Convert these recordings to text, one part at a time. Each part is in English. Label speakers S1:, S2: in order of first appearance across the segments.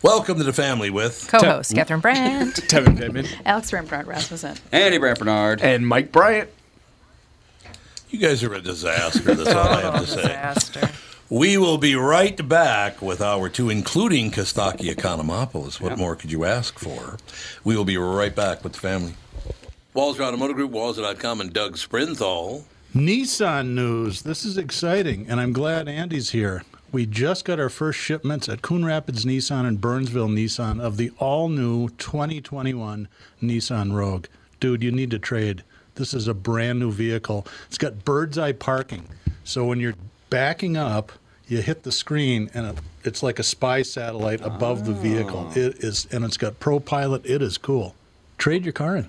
S1: Welcome to the family with
S2: Co-host Catherine Brandt,
S3: Tevin Pittman
S2: Alex Rembrandt Rasmussen.
S4: Andy Brant Bernard.
S3: and Mike Bryant.
S1: you guys are a disaster. That's all I have to say.
S2: disaster.
S1: We will be right back with hour two, including Kostaki Economopoulos. What more could you ask for? We will be right back with the family. Walzer Automotive Group, Walzer.com, and Doug Sprinthal.
S5: Nissan news. This is exciting, and I'm glad Andy's here. We just got our first shipments at Coon Rapids Nissan and Burnsville Nissan of the all new 2021 Nissan Rogue. Dude, you need to trade. This is a brand new vehicle. It's got bird's eye parking. So when you're backing up, you hit the screen and it, it's like a spy satellite above the vehicle.
S1: Oh.
S5: It is and it's got ProPilot. It is cool. Trade your car in.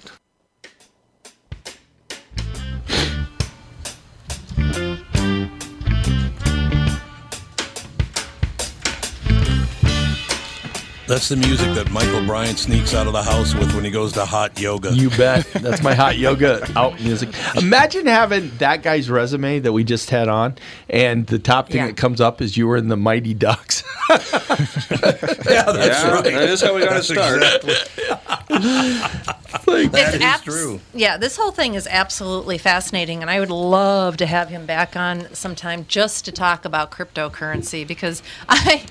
S1: That's the music that Michael Bryant sneaks out of the house with when he goes to hot yoga.
S3: You bet. That's my hot yoga out music. Imagine having that guy's resume that we just had on, and the top thing
S2: Yeah.
S3: that comes up is you were in the Mighty Ducks.
S1: yeah, that's
S4: yeah,
S1: right.
S4: That is how we got to start.
S3: Like,
S2: It's
S1: is
S2: abs-
S1: true.
S2: Yeah, this whole thing is absolutely fascinating, and I would love to have him back on sometime just to talk about cryptocurrency because I,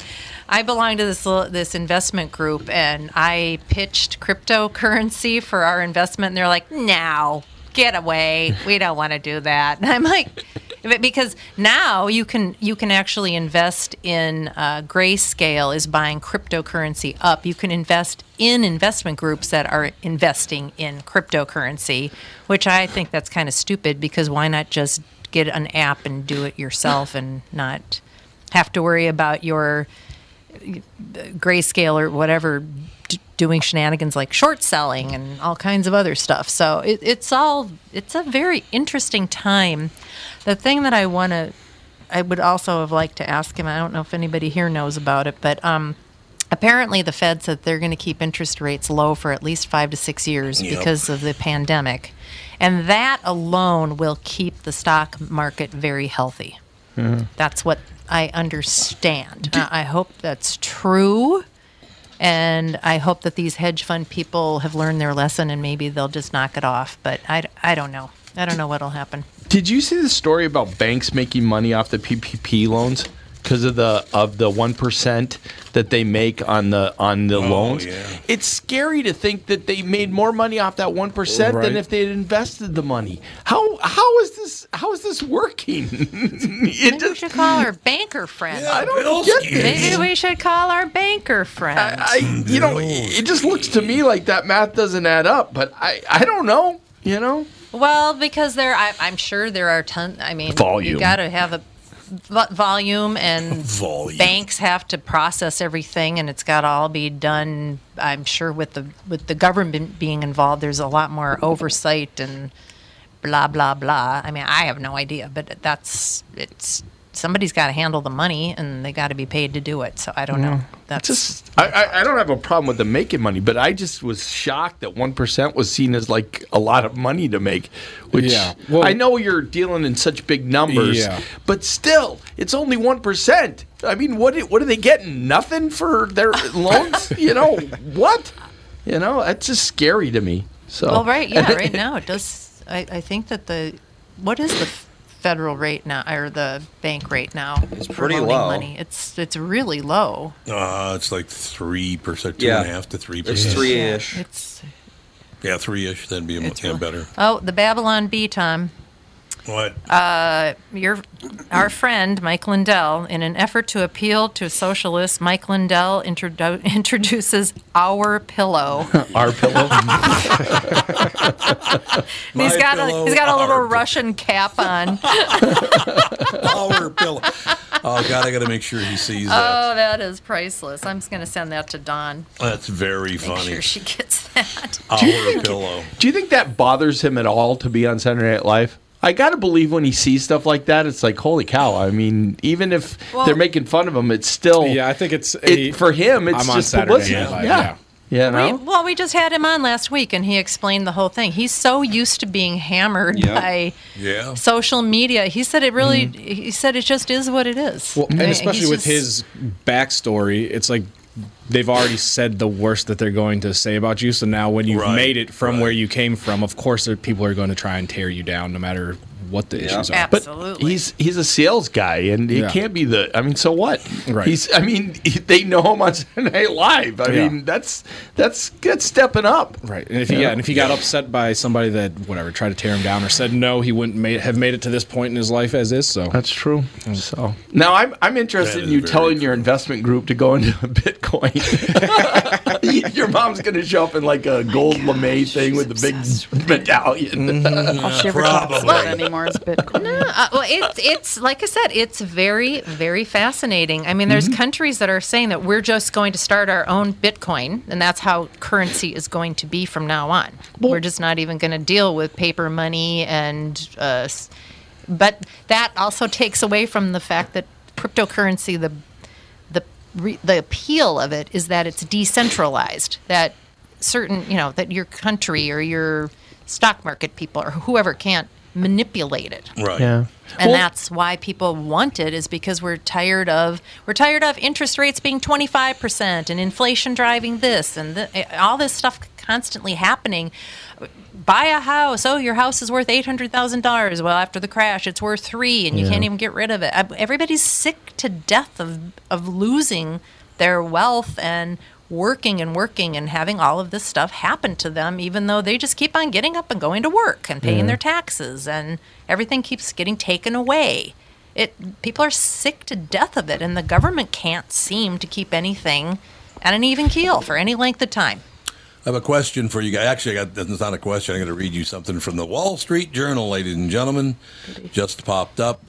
S2: I belong to this little- this investment group, and I pitched cryptocurrency for our investment, and they're like, "No, get away. We don't want to do that." And I'm like. But Because now you can you can actually invest in uh, grayscale is buying cryptocurrency up. You can invest in investment groups that are investing in cryptocurrency, which I think that's kind of stupid because why not just get an app and do it yourself and not have to worry about your uh, grayscale or whatever d- doing shenanigans like short selling and all kinds of other stuff. So it, it's all it's a very interesting time. The thing that I want to I would also have liked to ask him. I don't know if anybody here knows about it, but um, apparently the Fed said they're going to keep interest rates low for at least five to six years
S1: Yep.
S2: because of the pandemic, and that alone will keep the stock market very healthy. That's what I understand. I I hope that's true. And I hope that these hedge fund people have learned their lesson and maybe they'll just knock it off. But I, d- I don't know. I don't know what'll happen.
S3: Did you see the story about banks making money off the PPP loans because of the of the one percent that they make on the on the loans?
S1: yeah.
S3: It's scary to think that they made more money off that one percent
S5: Right.
S3: than if they had invested the money. How how is this how is this working? it
S2: Maybe we
S3: just,
S2: should call our banker friend.
S1: I
S3: don't get
S2: Maybe we should call our banker friend.
S3: I you know it just looks to me like that math doesn't add up. But I I don't know. You know.
S2: Well, because there, I, I'm sure there are ton. I mean,
S3: Volume.
S2: You got to have a vo- volume, and
S1: Volume.
S2: banks have to process everything, and it's got to all be done. I'm sure with the with the government being involved, there's a lot more oversight and blah blah blah. I mean, I have no idea, but that's it's somebody's got to handle the money and they got to be paid to do it. So I don't know. That's
S3: Just, I, I, I don't have a problem with them making money, but I just was shocked that one percent was seen as like a lot of money to make. Which
S6: Yeah, well-
S3: I know you're dealing in such big numbers,
S6: Yeah.
S3: but still, it's only one percent. I mean, what do- what are they getting? Nothing for their loans? you know what? You know that's just scary to me. So
S2: well, right. Yeah, right now it does. I, I think that the what is the f- federal rate now or the bank rate now? It's
S4: pretty low.
S2: Money. It's it's really low.
S1: Uh, it's like 3%, two
S4: Yeah.
S1: and a half to 3%.
S4: It's three ish.
S2: It's
S1: Yeah, three ish. That'd be a
S2: it's
S1: yeah,
S2: really-
S1: better.
S2: Oh, the Babylon Bee, Tom. Uh,
S1: What?
S2: your our friend Mike Lindell, in an effort to appeal to socialists, Mike Lindell introdu- introduces our pillow.
S3: our pillow.
S1: My
S2: he's got
S1: pillow,
S2: a he's got a little
S1: our pillow.
S2: Russian cap on.
S1: Our pillow. Oh, God, I got to make sure he sees that.
S2: oh, that is priceless. I'm just gonna send that to Dawn.
S1: That's very
S2: Make
S1: funny.
S2: sure she gets that.
S1: Our pillow.
S3: Do you think that bothers him at all to be on Saturday Night Live? I gotta believe when he sees stuff like that, it's like holy cow! I mean, even if
S2: Well-
S3: they're making fun of him, it's still
S6: Yeah, I think it's
S3: it, for him. It's
S6: I'm on
S3: just
S6: Saturday
S3: publicity.
S6: Night Live.
S3: yeah,
S6: Yeah.
S3: You know?
S6: Oh.
S2: We, well, we just had him on last week, and he explained the whole thing. He's so used to being hammered
S4: Yeah.
S2: by
S6: Oh.
S1: Yeah.
S2: social media. He said it really. He said it just is what it is.
S6: Mm. Well, and
S2: Right,
S6: especially
S2: he's
S6: with
S2: just-
S6: his backstory, it's like they've already said the worst that they're going to say about you. So now, when you've
S1: Right,
S6: made it from
S1: right.
S6: where you came from, of course, there, people are going to try and tear you down, no matter what the issues are.
S2: Ab-
S3: But
S2: Absolutely.
S3: he's he's a sales guy, and he
S6: Yeah.
S3: can't be the. I mean, so what?
S6: Right.
S3: He's. I mean, they know him on Saturday Night Live. I
S6: Yeah.
S3: mean, that's that's that's stepping up.
S6: Right, and if he, yeah, and if he got upset by somebody that whatever tried to tear him down or said no, he wouldn't ma- have made it to this point in his life as is. So
S3: That's true.
S6: Mm.
S3: So now I'm I'm interested
S1: That
S3: in
S1: is
S3: you
S1: very
S3: telling
S1: true.
S3: your investment group to go into Bitcoin. your mom's gonna show up in like a gold lame thing with the big medallion.
S7: All she ever talks about
S1: probably.
S7: anymore is Bitcoin.
S2: Uh, well, it's it's like I said, it's very very fascinating. I mean, there's countries that are saying that we're just going to start our own Bitcoin, and that's how currency is going to be from now on. we're just not even going to deal with paper money, and uh, s- but that also takes away from the fact that cryptocurrency the the re- the appeal of it is that it's decentralized. That certain you know that your country or your stock market people or whoever can't manipulate it
S1: Right.
S2: and that's why people want it is because we're tired of we're tired of interest rates being 25% and inflation driving this and th- all this stuff constantly happening buy a house oh your house is worth $800000 well after the crash it's worth three and you can't even get rid of it Ev- everybody's sick to death of of losing their wealth and working and working and having all of this stuff happen to them even though they just keep on getting up and going to work and paying their taxes and everything keeps getting taken away it people are sick to death of it and the government can't seem to keep anything at an even keel for any length of time
S1: I have a question for you guys. Actually, I got, it's not a question. I'm going to read you something from the Wall Street Journal, ladies and gentlemen. Just popped up.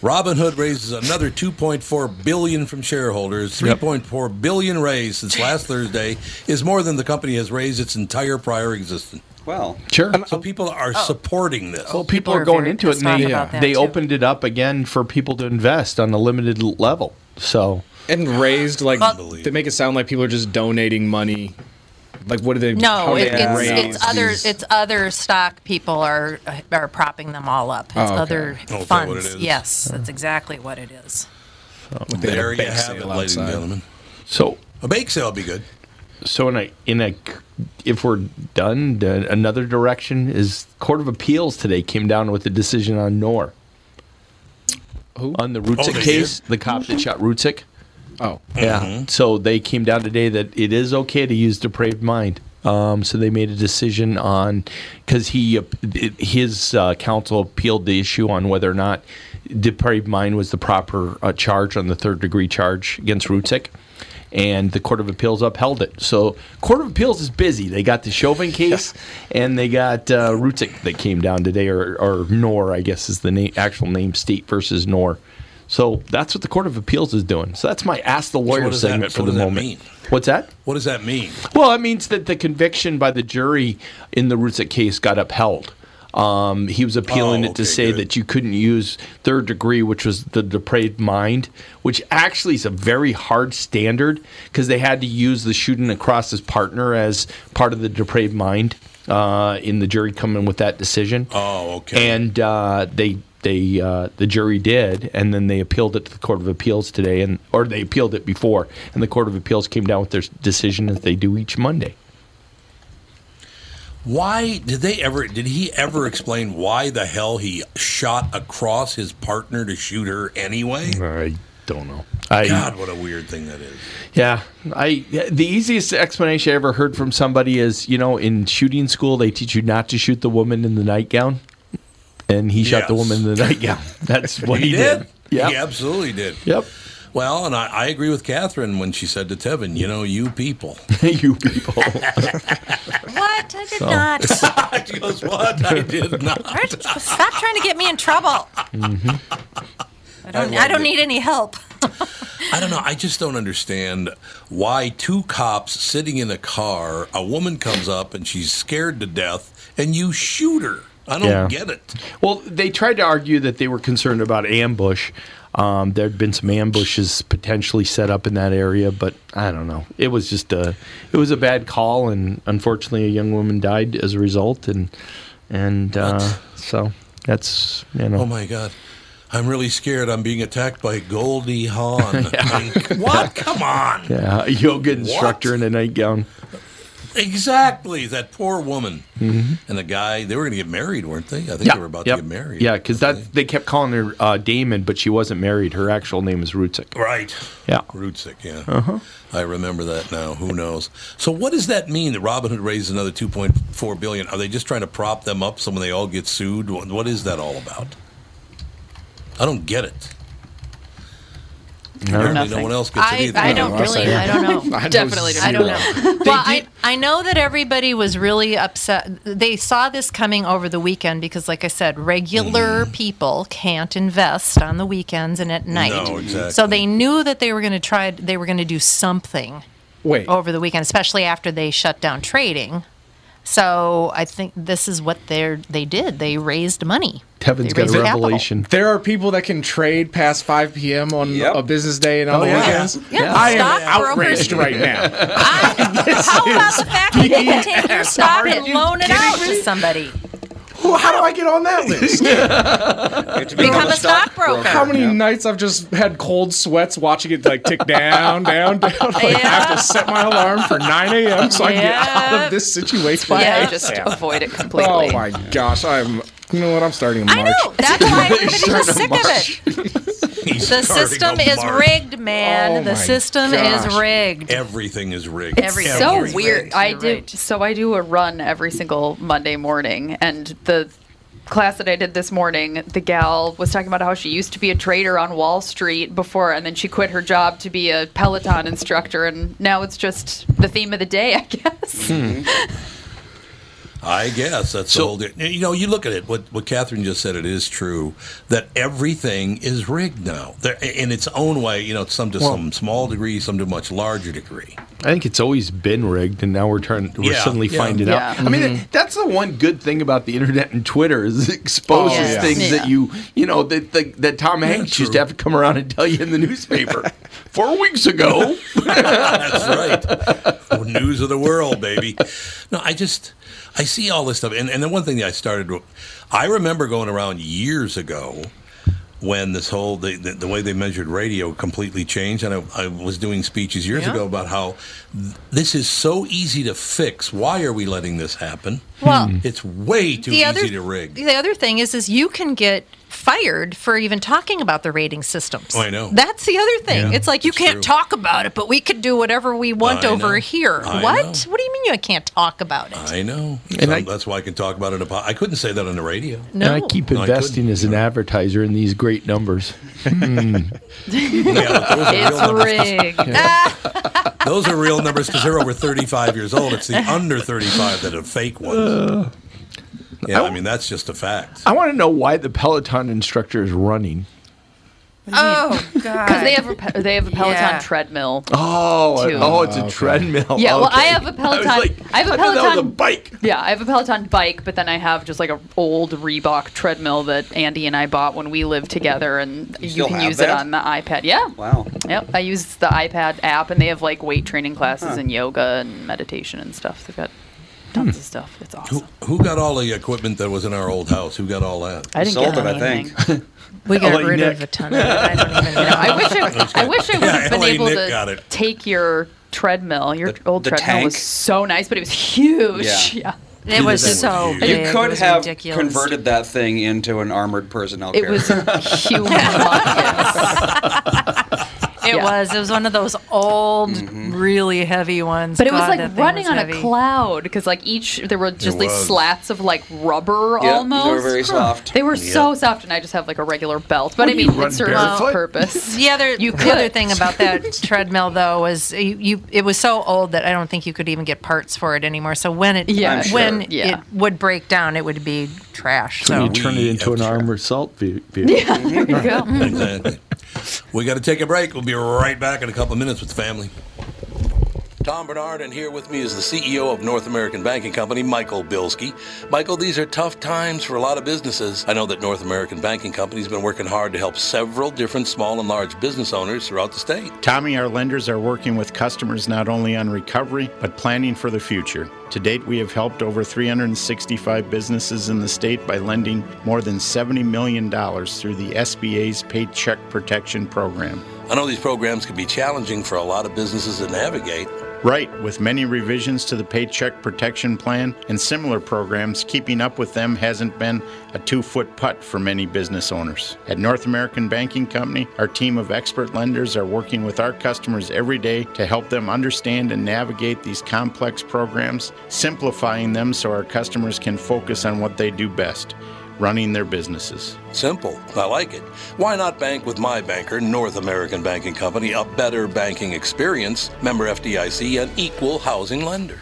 S1: Robin Hood raises another 2.4 billion from shareholders. 3.4 billion raised since last Thursday is more than the company has raised its entire prior existence.
S4: Well,
S3: Sure.
S1: So people are supporting this.
S3: Well, Oh, people,
S2: Oh. People
S3: are
S2: are
S3: going
S2: very
S3: into it,
S2: pissed
S3: and
S2: off
S3: they,
S2: about that,
S3: they
S2: too.
S3: opened it up again for people to invest on a limited l- level. So
S6: and raised like
S1: Unbelievable.
S6: they make it sound like people are just donating money. Like what do they?
S2: no
S6: how do
S2: it,
S6: they raise
S2: it's, it's other
S6: these-
S2: it's other stock people are are propping them all up it's
S6: Oh, okay.
S2: other
S1: Oh, is that what it
S2: funds
S1: is?
S2: yes that's exactly what it is
S6: they had a
S1: there you
S6: bake
S1: have it,
S6: sale
S1: ladies and
S6: outside.
S1: gentlemen.
S3: so
S1: A bake sale would be good.
S3: so in a in a if we're done d- another direction is court of appeals today came down with a decision on Nor.
S6: Who?
S3: On the
S8: Oh,
S3: Rutzik
S1: they
S3: case, the cop that shot Rutzik.
S6: Oh,
S3: Yeah. So they came down today that it is okay to use depraved mind. Um, so they made a decision on because he ap- it- his uh, counsel appealed the issue on whether or not depraved mind was the proper uh, charge on the third degree charge against Rutzik. And the Court of Appeals upheld it. So Court of Appeals is busy. They got the Chauvin case, and they got uh, Rutzik that came down today, or, or Nor, I guess is the name, actual name, State versus Nor. So that's what the Court of Appeals is doing. So that's my ask the lawyer
S1: what does that-
S3: segment for
S1: what
S3: the
S1: does that
S3: moment.
S1: mean?
S3: What's that?
S1: What does that mean?
S3: Well, it means that the conviction by the jury in the Rutzik case got upheld. Um, he was appealing
S1: Oh,
S3: it to say that you couldn't use third degree, which was the depraved mind, which actually is a very hard standard because they had to use the shooting across his partner as part of the depraved mind uh, in the jury coming with that decision.
S1: Oh, okay.
S3: And uh, they they uh, the jury did, and then they appealed it to the court of appeals today, and or they appealed it before, and the court of appeals came down with their s- decision as they do each Monday.
S1: Why did they ever? Did he ever explain why the hell he shot across his partner to shoot her anyway?
S3: I don't know. I-
S1: God, what a weird thing that is.
S3: Yeah, I the easiest explanation I ever heard from somebody is you know in shooting school they teach you not to shoot the woman in the nightgown, and he shot the
S1: Yes.
S3: woman in the nightgown. That's what he, did.
S1: He absolutely did.
S3: Yep.
S1: Well, and I, I agree with Catherine when she said to Tevin, you know, you people.
S3: you people.
S2: What? I did
S1: So-
S2: not.
S1: she goes, what? I did not.
S2: Stop trying to get me in trouble. I don't, I
S1: loved
S2: don't
S1: it.
S2: need any help.
S1: I don't know. I just don't understand why two cops sitting in a car, a woman comes up and she's scared to death, and you shoot her. I don't
S3: Yeah.
S1: get it.
S3: Well, they tried to argue that they were concerned about ambush. Um, there had been some ambushes potentially set up in that area, but I don't know. It was just a, it was a bad call, and unfortunately, a young woman died as a result. And and uh, so that's you know.
S1: Oh my god. I'm really scared. I'm being attacked by Goldie Hawn. Like, what? Come on.
S3: Yeah, a yoga instructor in a nightgown.
S1: Exactly. That poor woman
S3: Mm-hmm.
S1: and the guy. They were going to get married, weren't they? I think they were about to get married.
S3: Yeah, because that they kept calling her uh, Damon, but she wasn't married. Her actual name is Rutzik.
S1: Right.
S3: Yeah.
S1: Rootsick, yeah.
S3: Uh-huh.
S1: I remember that now. Who knows? So what does that mean that Robin Hood raised another 2.4 billion? Are they just trying to prop them up so when they all get sued? What what is that all about? I don't get it. Apparently no one else gets it
S2: I,
S1: either.
S2: I don't really. I don't know.
S9: I don't Definitely see
S2: I don't know.
S9: that.
S2: Well, I, I know that everybody was really upset. They saw this coming over the weekend because, like I said, regular
S6: Mm-hmm.
S2: people can't invest on the weekends and at night.
S6: No, exactly.
S2: So they knew that they were going to try. They were going to do something
S6: Wait.
S2: over the weekend, especially after they shut down trading. So I think this is what they are they did. They raised money.
S3: Tevin's
S2: They raised capital.
S6: There are people that can trade past 5 p.m. on a business day and on
S3: Oh,
S6: the
S3: yeah.
S6: weekends.
S3: Yeah,
S6: I am
S3: stockbrokers-
S6: outraged right now.
S2: How about the fact that they can take your
S6: BS.
S2: stock
S6: Are
S2: and
S6: you
S2: loan it
S6: kidding
S2: out to
S6: me?
S2: somebody?
S6: Well, how do I get on that list?
S2: Become a stockbroker.
S6: How many nights I've just had cold sweats watching it like tick down, down, down. Like, I have to set my alarm for 9 a.m. so I can get out of this situation.
S9: why I
S6: Yeah.
S9: just
S6: Yeah.
S9: avoid it completely.
S6: Oh my gosh, I'm. You know what? I'm starting in March.
S2: I know. That's why everybody's just sick of it. The
S1: starting
S2: system
S1: a
S2: is
S1: march.
S2: rigged, man.
S1: Oh
S2: the
S1: my
S2: system is
S1: gosh.
S2: rigged.
S1: Everything is rigged.
S9: It's so
S1: Everything.
S9: weird. I do so I do a run every single Monday morning and the class that I did this morning, the gal was talking about how she used to be a trader on Wall Street before and then she quit her job to be a Peloton instructor and now it's just the theme of the day, I guess.
S1: Hmm. I guess that's the whole. di- You know, you look at it. What what Catherine just said, it is true that everything is rigged now, There- in its own way. You know, some to
S3: Well-
S1: some small degree, some to much larger degree.
S3: I think it's always been rigged, and now we're trying. We're
S1: Yeah, Mm-hmm.
S3: suddenly
S1: yeah.
S3: finding
S1: Yeah.
S3: out. I mean, th- that's the one good thing about the internet and Twitter is it exposes
S1: Oh, yeah.
S3: things
S1: Yeah.
S3: that you you know that that, that Tom Hanks used to have to come around and tell you in the newspaper four weeks ago.
S1: Oh, News of the world, baby. No, I just I see all this stuff, and and the one thing that I started, I remember going around years ago when this whole the, the, the way they measured radio completely changed and i, I was doing speeches years
S2: Yeah.
S1: ago about how th- this is so easy to fix why are we letting this happen Hmm.
S2: Well,
S1: it's way too easy to rig
S2: The other thing is, is you can get fired for even talking about the rating systems.
S1: Oh, I know.
S2: That's the other thing.
S1: Yeah,
S2: it's like you
S1: it's
S2: can't
S1: true.
S2: talk about it, but we could do whatever we want
S1: I
S2: over
S1: know.
S2: here.
S1: I
S2: what? What do you mean you can't talk about it?
S1: I know.
S3: And
S1: So
S3: I-
S1: that's why I can talk about it. in a po- I couldn't say that on the radio.
S3: And I keep
S1: No, couldn't.
S3: investing as an advertiser in these great numbers.
S1: Hmm. Yeah, but those are real numbers.
S9: It's rigged.
S1: Those are real numbers because they're over 35 years old. It's the under 35 that are fake ones.
S4: Uh,
S1: yeah, I mean, that's just a fact.
S3: I want to know why the Peloton instructor is running.
S2: Oh God!
S9: Because they have a, pe- they have a Peloton
S2: Yeah.
S9: treadmill.
S3: Oh,
S9: too.
S3: oh, it's a treadmill.
S9: Yeah, well, I
S3: Okay.
S9: have a Peloton. I, have a
S3: I thought
S9: Peloton
S3: that was a bike.
S9: Yeah, I have a Peloton bike, but then I have just like an old Reebok treadmill that Andy and I bought when we lived together, and you,
S4: still
S9: can
S4: have
S9: use it
S4: that?
S9: on the iPad. Yeah.
S4: Wow.
S9: Yep, I use the iPad app, and they have like weight training classes and yoga and meditation and stuff. They've got
S4: Hmm.
S9: tons of stuff. It's awesome.
S1: Who, who got all the equipment that was in our old house? Who got all that?
S9: I didn't
S4: Sold it,
S9: get
S4: I
S9: anything.
S4: think.
S2: we got
S3: LA
S2: rid
S3: Nick.
S2: of a ton of it. I don't even know.
S9: I wish I, I wish I would
S1: Yeah,
S9: have been
S1: LA
S9: able
S1: Nick got
S9: to
S1: it.
S9: take your treadmill. Your old
S4: the
S9: treadmill was
S4: tank?
S9: so nice, but it was huge.
S4: Yeah.
S9: yeah.
S2: It was
S1: That was
S2: so
S1: huge.
S2: big.
S4: You could
S2: it was
S4: have
S2: ridiculous.
S4: converted that thing into an armored personnel
S9: It
S4: carrier.
S9: was humongous.
S2: It
S9: Yeah.
S2: was. It was one of those old,
S1: Mm-hmm.
S2: really heavy ones.
S9: But it was
S2: God, that
S9: like
S2: thing
S9: running
S2: was
S9: on a
S2: heavy.
S9: cloud because like each there were just these
S1: was.
S9: slats of like rubber
S4: Yeah,
S9: almost.
S4: They were very soft.
S9: They were so soft, and I just have like a regular belt. But I mean, it serves its
S3: barefoot?
S9: purpose.
S2: The other,
S9: You
S2: the other
S9: could.
S2: thing about that treadmill though was you, you. It was so old that I don't think you could even get parts for it anymore. So when it,
S9: Yeah. I'm sure.
S2: when
S9: Yeah.
S2: it would break down, it would be trash.
S3: So
S2: So
S3: you turn it
S1: We
S3: into an
S1: have-
S3: armor assault view. view.
S9: There you go. Mm-hmm.
S1: Exactly. we got to take a break. We'll be right back in a couple of minutes with the family. Tom Bernard, and here with me is the CEO of North American Banking Company, Michael Bilski. Michael, these are tough times for a lot of businesses. I know that North American Banking Company has been working hard to help several different small and large business owners throughout the state.
S10: Tommy, our lenders are working with customers not only on recovery, but planning for the future. To date, we have helped over 365 businesses in the state by lending more than $70 million through the SBA's Paycheck Protection Program.
S1: I know these programs can be challenging for a lot of businesses to navigate.
S10: Right, with many revisions to the Paycheck Protection Plan and similar programs, keeping up with them hasn't been a two foot putt for many business owners. At North American Banking Company, our team of expert lenders are working with our customers every day to help them understand and navigate these complex programs, simplifying them so our customers can focus on what they do best running their businesses.
S1: Simple. I like it. Why not bank with my banker, North American Banking Company, a better banking experience, member FDIC, an equal housing lender.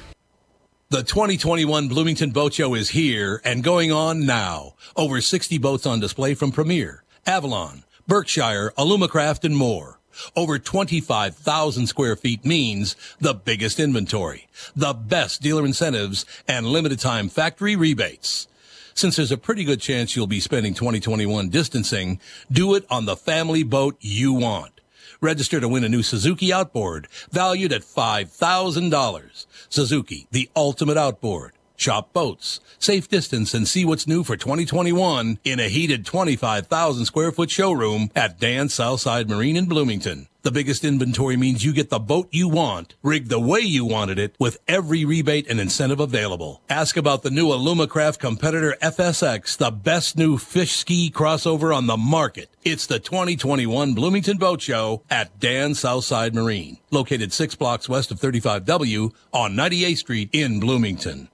S1: The 2021 Bloomington Boat Show is here and going on now. Over 60 boats on display from Premier, Avalon, Berkshire, Alumacraft, and more. Over 25,000 square feet means the biggest inventory, the best dealer incentives, and limited time factory rebates. Since there's a pretty good chance you'll be spending 2021 distancing, do it on the family boat you want. Register to win a new Suzuki outboard valued at $5,000. Suzuki, the ultimate outboard. Shop boats, safe distance, and see what's new for 2021 in a heated 25,000 square foot showroom at Dan Southside Marine in Bloomington. The biggest inventory means you get the boat you want, rigged the way you wanted it, with every rebate and incentive available. Ask about the new Alumacraft competitor FSX, the best new fish ski crossover on the market. It's the 2021 Bloomington Boat Show at Dan Southside Marine, located six blocks west of 35W on 98th Street in Bloomington.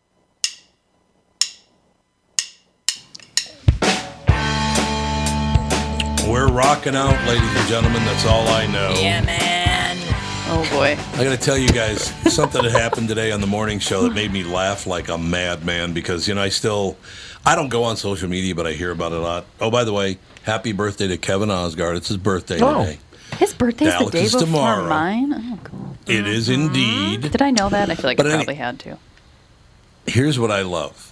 S1: We're rocking out, ladies and gentlemen. That's all I know.
S2: yeah, man.
S9: Oh boy.
S1: I got to tell you guys something that happened today on the morning show that made me laugh like a madman because you know I still I don't go on social media but I hear about it a lot. Oh, by the way, happy birthday to Kevin Osgard. It's his birthday
S3: Oh.
S1: today.
S9: His birthday's the
S1: Dallas
S9: day
S1: is
S9: before
S1: tomorrow.
S9: mine. Oh, cool.
S1: It is indeed.
S9: Did I know that? I feel like
S1: But
S9: I
S1: any-
S9: probably had to.
S1: here's what I love.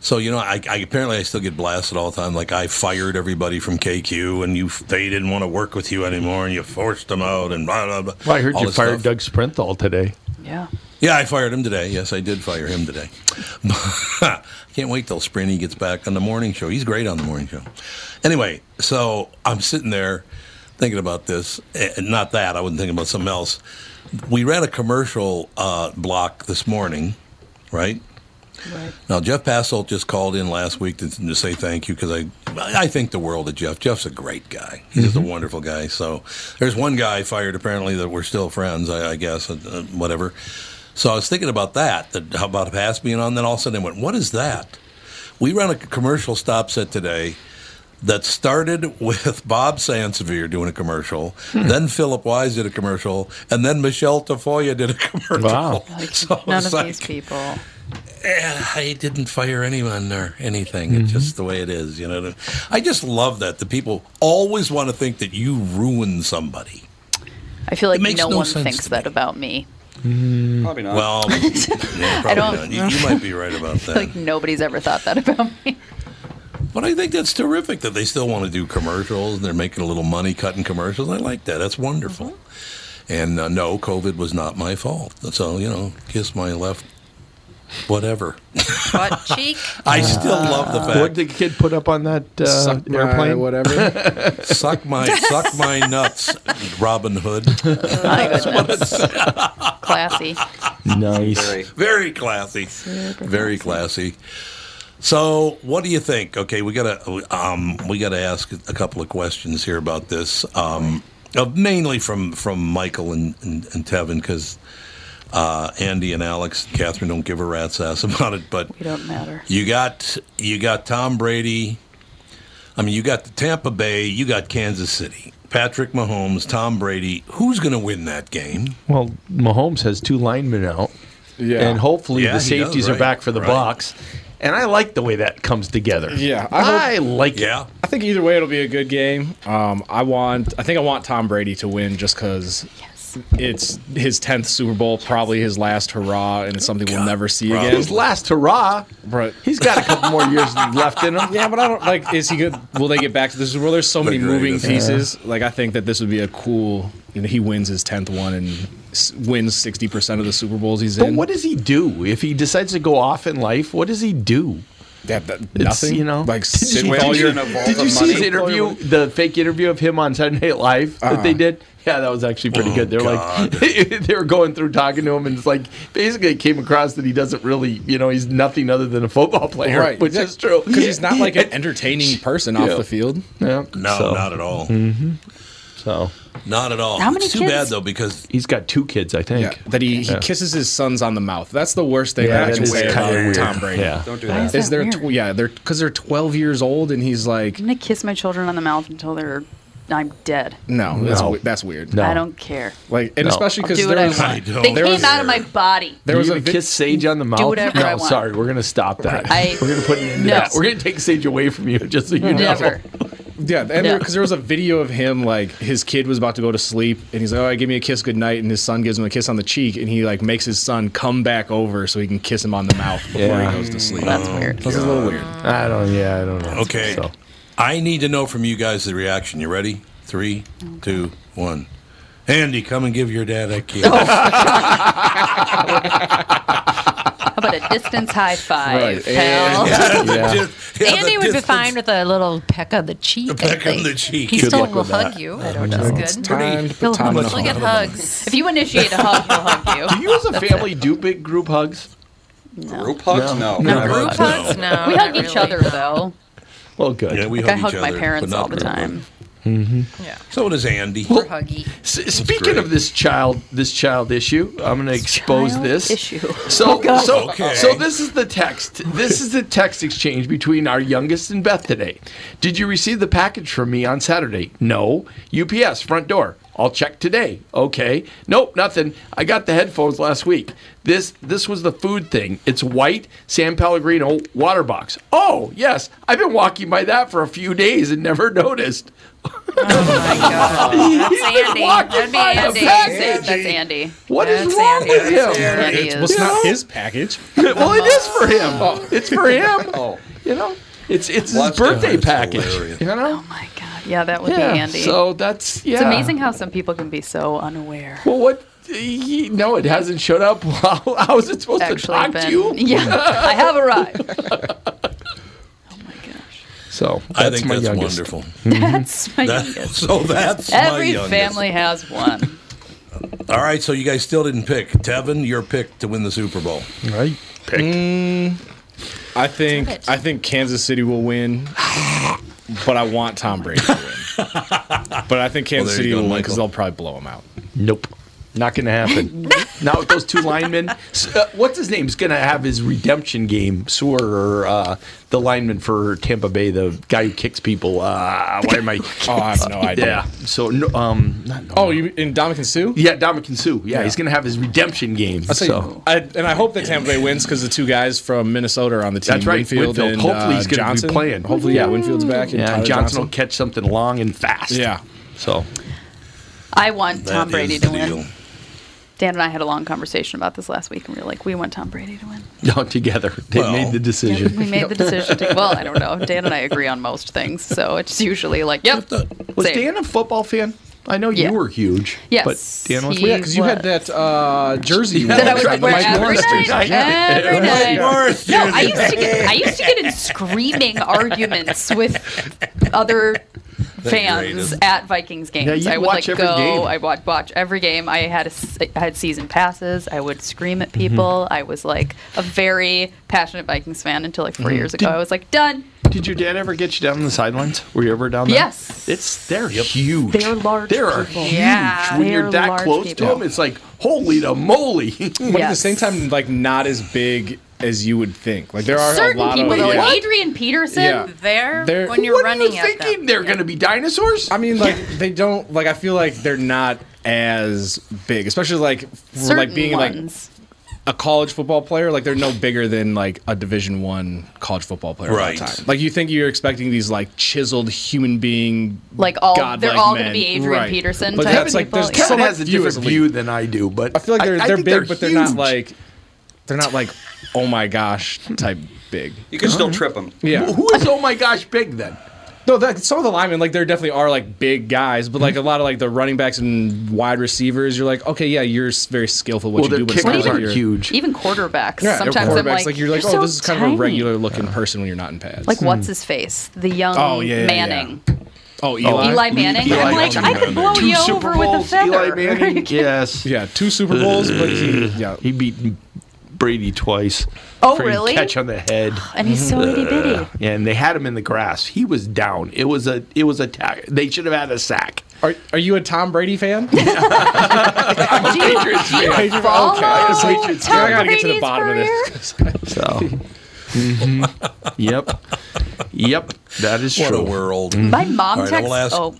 S1: So you know, I, I apparently I still get blasted all the time. Like I fired everybody from KQ, and you they didn't want to work with you anymore, and you forced them out, and blah blah blah.
S3: Well, I heard
S1: all
S3: you
S1: this
S3: fired
S1: stuff.
S3: Doug Sprinthal today.
S9: Yeah.
S1: Yeah, I fired him today. Yes, I did fire him today. Can't wait till Sprinty gets back on the morning show. He's great on the morning show. Anyway, so I'm sitting there thinking about this. eh, Not that I wasn't thinking about something else. We ran a commercial uh, block this morning, right? Now Jeff Passolt just called in last week to, to say thank you because I I think the world of Jeff. Jeff's a great guy. He's just a wonderful guy. So there's one guy fired apparently that we're still friends. I, I guess uh, uh, whatever. So I was thinking about that, that how about Pass being on. Then all of a sudden I went, what is that? We ran a commercial stop set today that started with Bob Sansevier doing a commercial, then Philip Wise did a commercial, and then Michelle Tafoya did a commercial.
S3: Wow.
S1: So
S9: None
S1: it's
S9: of
S1: like-
S9: these people.
S1: eh, I didn't fire anyone or anything. It's just the way it is, you know. I just love that the people always want to think that you ruin somebody.
S9: I feel like
S1: makes
S9: no,
S1: no
S9: one
S1: sense
S9: thinks
S1: to
S9: that about me. Mm-hmm.
S4: Probably not.
S1: Well, yeah, probably
S9: Mm. don't-
S1: not. You, you might be right about
S9: I feel
S1: that.
S9: like nobody's ever thought that about me.
S1: But I think that's terrific that they still want to do commercials and they're making a little money cutting commercials. I like that. That's wonderful.
S9: Mm-hmm.
S1: And uh, no, COVID was not my fault. So, you know, kiss my left, whatever.
S2: Butt cheek.
S1: I still love the fact.
S3: Uh, What did the kid put up on that uh,
S6: Suck my
S3: airplane?
S6: whatever.
S1: suck my suck my nuts, Robin Hood. That's what it said.
S9: Classy.
S3: nice.
S4: Very.
S1: Very classy. Very classy. So, what do you think? Okay, we gotta um, we gotta ask a couple of questions here about this, um, uh, mainly from from Michael and and, and Tevin because uh, Andy and Alex, and Catherine don't give a rat's ass about it. But
S9: We don't matter.
S1: you got you got Tom Brady. I mean, you got the Tampa Bay. You got Kansas City. Patrick Mahomes, Tom Brady. Who's going to win that game?
S3: Well, Mahomes has two linemen out,
S6: Yeah.
S3: and hopefully
S1: Yeah,
S3: the
S1: he
S3: safeties
S1: does,
S3: are
S1: right,
S3: back for the
S1: right.
S3: Bucks. And I like the way that comes together.
S6: Yeah, I hope-
S3: I, like it.
S1: Yeah,
S6: I think either way it'll be a good game. Um, I want I think I want Tom Brady to win just because it's his tenth Super Bowl, probably his last hurrah, and it's something we'll never see
S1: probably.
S6: again.
S3: His last hurrah.
S6: But-
S3: He's got a couple more years left in him.
S6: yeah, but I don't like. Is he good? Will they get back to this? Well, there's so many moving
S1: greatest.
S6: pieces. Like I think that this would be a cool. You know, he wins his tenth one and s- wins sixty percent of the Super Bowls he's
S3: But
S6: in.
S3: what does he do if he decides to go off in life? What does he do?
S6: That- that-
S3: It's,
S6: nothing?
S3: you know,
S6: like
S3: did
S6: sit
S3: you-
S6: with
S3: did
S6: all
S3: you-
S6: your.
S3: Did you see his interview, the fake interview of him on Saturday Night Live
S6: Ah.
S3: that they did? Yeah, that was actually
S6: Oh,
S3: pretty good. They're like, they were going through talking to him, and it's like basically it came across that he doesn't really, you know, he's nothing other than a football player,
S6: Right,
S3: which is true.
S6: because he's not like an entertaining person off
S3: Yeah.
S6: the field.
S3: yeah, Mm-hmm.
S1: no,
S3: so,
S1: not at all.
S3: So
S1: Not at all.
S9: How many
S1: it's too
S9: kids-
S1: bad though because
S3: he's got two kids, I think.
S6: Yeah, that he, he
S3: Yeah.
S6: kisses his sons on the mouth. That's the worst thing that I
S3: that
S6: can
S3: is
S6: say
S3: kinda
S6: about
S3: weird.
S6: Tom Brady.
S3: Yeah.
S4: Don't do
S9: Why
S4: that.
S9: is
S6: Is
S9: that
S6: there?
S9: weird?
S6: Tw- yeah, they're because they're 12 years old, and he's like,
S9: I'm gonna kiss my children on the mouth until they're I'm dead.
S6: no, that's
S3: No.
S6: we- that's weird.
S3: No.
S9: I don't care.
S6: Like, and
S3: No.
S6: especially
S9: I'll
S6: because
S9: do what I
S6: there was
S1: I
S9: want.
S1: don't
S9: They
S1: care.
S9: came out of my body.
S6: there was
S3: you
S6: a
S3: gonna
S6: vi-
S3: kiss Sage on the mouth.
S9: whatever
S3: no,
S9: I want.
S3: sorry, we're gonna stop that.
S9: I-
S3: we're gonna put an end to
S9: No.
S3: that. We're gonna take Sage away from you, just so you know.
S9: Never.
S6: yeah, and because
S9: Yeah.
S6: there was a video of him like his kid was about to go to sleep, and he's like, "All right, give me a kiss, good night," and his son gives him a kiss on the cheek, and he like makes his son come back over so he can kiss him on the mouth before
S3: Yeah.
S6: he goes to sleep.
S9: That's weird.
S6: This is a little weird.
S3: I don't. Yeah, I don't know.
S1: okay,
S3: So.
S1: I need to know from you guys the reaction. You ready? Three, two, one. Andy, come and give your dad a kiss.
S9: How about a distance high five,
S6: Right,
S9: pal?
S3: Yeah.
S1: Just- yeah,
S2: Andy
S1: the
S2: would be
S1: distance.
S2: fine with a little peck on the cheek.
S1: A peck
S2: I
S1: on
S2: think.
S1: the cheek.
S2: He
S1: Good
S2: still
S3: luck
S2: will
S3: with that.
S2: hug you. I don't know. It's good.
S6: Time to put
S2: He'll
S6: Tom
S2: hug.
S6: in the
S2: Look at
S6: hospital.
S2: hugs.
S9: If you initiate a hug, he'll hug
S3: Do
S9: you.
S3: you as a family do big group hugs?
S4: Group hugs? No.
S3: No.
S4: Never.
S2: Group hugs? No.
S9: We
S2: not
S9: hug each
S2: really.
S9: other though.
S3: Well, good.
S1: Yeah, we
S9: Like I
S1: hug
S9: hug
S1: each
S9: my
S1: other, but
S9: parents
S1: not
S9: all the
S1: group hug.
S9: time.
S2: Yeah.
S1: So does Andy.
S2: We're huggy.
S3: S- speaking
S1: great.
S3: of this child, this child issue, I'm going to expose
S9: Child
S3: this.
S9: issue.
S3: So, so,
S1: Okay.
S3: so this is the text. This is the text exchange between our youngest and Beth today. Did you receive the package from me on Saturday? No. UPS front door. I'll check today. Okay. Nope, nothing. I got the headphones last week. This this was the food thing. It's white San Pellegrino water box. Oh yes, I've been walking by that for a few days and never noticed.
S2: That's
S3: been
S2: Andy.
S3: walking
S2: That'd be
S3: by the
S2: Andy.
S3: package.
S9: That's Andy.
S3: What is
S2: That's
S3: wrong
S2: Andy.
S3: with him?
S9: Andy
S6: It's, well,
S9: is.
S6: it's not
S3: Yeah.
S6: his package.
S3: well, it is for him. It's for him. You know, it's it's his
S4: Watch
S3: birthday
S1: That's
S3: package.
S1: hilarious.
S3: You know,
S9: Oh my god. Yeah, that would
S3: yeah.
S9: be Andy.
S3: So that's yeah.
S9: it's amazing how some people can be so unaware.
S3: Well, what? He, no, it hasn't showed up. How, how is it supposed to
S9: Actually,
S3: talk
S9: been
S3: to you?
S9: yeah, I have arrived. oh my gosh,
S3: So that's
S1: I think
S3: my
S1: that's
S3: youngest. Mhm.
S1: wonderful.
S9: that's my
S1: That-
S9: youngest.
S1: so that's my
S9: Every
S1: youngest.
S9: family has one.
S1: All right, so you guys still didn't pick Tevin. Your pick to win the Super Bowl.
S3: Right. Mm,
S6: I think
S2: Stop it.
S6: I think Kansas City will win, but I want Tom Brady to win. but I think Kansas
S1: there you
S6: City
S1: go,
S6: will win because
S1: Michael.
S6: they'll probably blow him out.
S3: Nope. Not going to happen. Now with those two linemen, S- uh, what's his name's going to have his redemption game? Sewer or uh, the lineman for Tampa Bay, the guy who kicks people. Uh, why am I?
S6: Oh, I have no idea.
S3: Yeah. So no, um. Not,
S6: oh, you in Dominican Sue?
S3: Yeah, Dominican Sue. Yeah, he's going to have his redemption game.
S6: I'll tell you-
S3: so.
S6: I, and I hope that Tampa Bay wins because the two guys from Minnesota are on the team.
S3: That's right,
S6: Winfield,
S3: Winfield.
S6: and
S3: Hopefully
S6: uh,
S3: he's gonna be
S6: Johnson.
S3: playing.
S6: Hopefully, yeah, Winfield's back. And
S3: Yeah,
S6: Tyler
S3: Johnson, will catch something long and fast.
S6: Yeah.
S3: So
S9: I want
S3: That
S9: Tom
S3: is
S9: Brady
S3: the
S9: to win.
S3: deal.
S9: Dan and I had a long conversation about this last week, and we were like, we want Tom Brady to win.
S3: all together they made the decision.
S9: We made the decision to, well, I don't know. Dan and I agree on most things, so it's usually like, yep.
S3: Was
S9: same.
S3: Dan a football fan? I know
S9: Yeah.
S3: you were huge.
S9: Yes,
S3: But Dan was
S9: he
S6: Yeah, because you had that uh, jersey
S3: Yeah,
S6: one
S3: that I would
S6: time, the
S3: wear
S6: Mike
S3: every
S6: Morris
S3: night,
S6: jersey.
S3: every
S6: Yeah.
S3: night.
S6: Yeah.
S3: Morris
S9: No, I used to get I used to get in screaming arguments with other fans
S3: greatest.
S9: at Vikings games.
S3: Yeah, you'd
S9: I would
S3: watch
S9: like
S3: every
S9: go.
S3: game.
S9: I would watch every game. I had a s I had season passes. I would scream
S6: Mm-hmm.
S9: at people. I was like a very passionate Vikings fan until like 4
S6: Mm-hmm.
S3: Mhm.
S9: years ago.
S3: Did-
S9: I was like done.
S3: Did your dad ever get you down on the sidelines? Were you ever down there?
S9: Yes.
S3: It's they're huge.
S9: They're large.
S3: They are
S9: people.
S3: huge. when you're
S9: They're
S3: that
S9: large
S3: close
S9: people.
S3: to them, it's like holy the moly.
S6: But at the same time, like not as big as you would think. Like there are
S9: Certain
S6: a lot
S9: people,
S6: of
S9: like
S6: yeah.
S9: Adrian Peterson,
S6: Yeah.
S2: there
S6: They're-
S2: when you're
S6: What
S2: running
S3: you
S2: at them.
S3: thinking they're going to be dinosaurs?
S6: I mean, like they don't like. I feel like they're not as big, especially like for, like
S9: Certain
S6: being
S9: ones.
S6: like a college football player. Like they're no bigger than like a Division One college football player.
S1: Right.
S6: Right. time. Like you think you're expecting these like chiseled human being.
S9: like all they're
S6: godlike
S9: all
S6: men.
S9: going to be Adrian
S6: Right.
S9: Peterson.
S6: But
S9: type
S6: that's like
S9: people.
S6: there's
S9: yeah.
S6: so
S3: Kevin
S6: much
S3: has a different
S6: viewers
S3: view than I do, but
S6: I feel like they're
S3: I
S6: they're
S3: think
S6: big, but they're not
S3: huge.
S6: like they're not like oh my gosh type big.
S4: You can still trip them.
S6: Yeah.
S3: Uh-huh. Who is oh my gosh big then?
S6: No, that some of the linemen like there definitely are like big guys, but like a lot of like the running backs and wide receivers, you're like, okay, yeah, you're s- very skillful at what
S3: well,
S6: you do, but
S3: their
S6: it's not
S3: kickers
S6: like
S3: aren't
S6: you're,
S3: huge.
S9: Even quarterbacks.
S6: Yeah,
S9: Sometimes
S6: quarterbacks,
S9: I'm like,
S6: you're like, oh,
S9: "You're so
S6: this is kind of
S9: tiny."
S6: a regular Hmm. looking person when you're not in pads.
S9: Like, what's his face? The young
S6: Oh, yeah, yeah,
S9: Manning.
S6: oh, Eli,
S9: Eli Manning.
S3: Eli
S9: I'm like, I
S3: Manning.
S9: could blow
S3: Two
S9: you
S3: Super
S9: over with a
S3: Bowls, Eli
S9: feather.
S3: Manning, yes.
S6: yeah, two Super Bowls, but he, yeah,
S3: He beat Brady twice.
S9: Oh,
S3: for a
S9: really?
S3: Catch on the head.
S9: And he's so itty bitty.
S3: and they had him in the grass. He was down. It was a it was a ta- they should have had a sack.
S6: Are, are you a Tom Brady fan?
S9: Do you,
S3: Patriots
S9: do you
S3: fan.
S9: follow
S6: Okay, I was like,
S9: Tom
S6: I gotta get to the
S9: Brady's
S6: bottom
S9: career?
S6: of this.
S3: So, mhm. yep, yep, that is
S1: What
S3: true. Mm-hmm.
S1: a world.
S9: My mom
S1: All right, I
S9: texts.
S1: will ask-
S9: oh,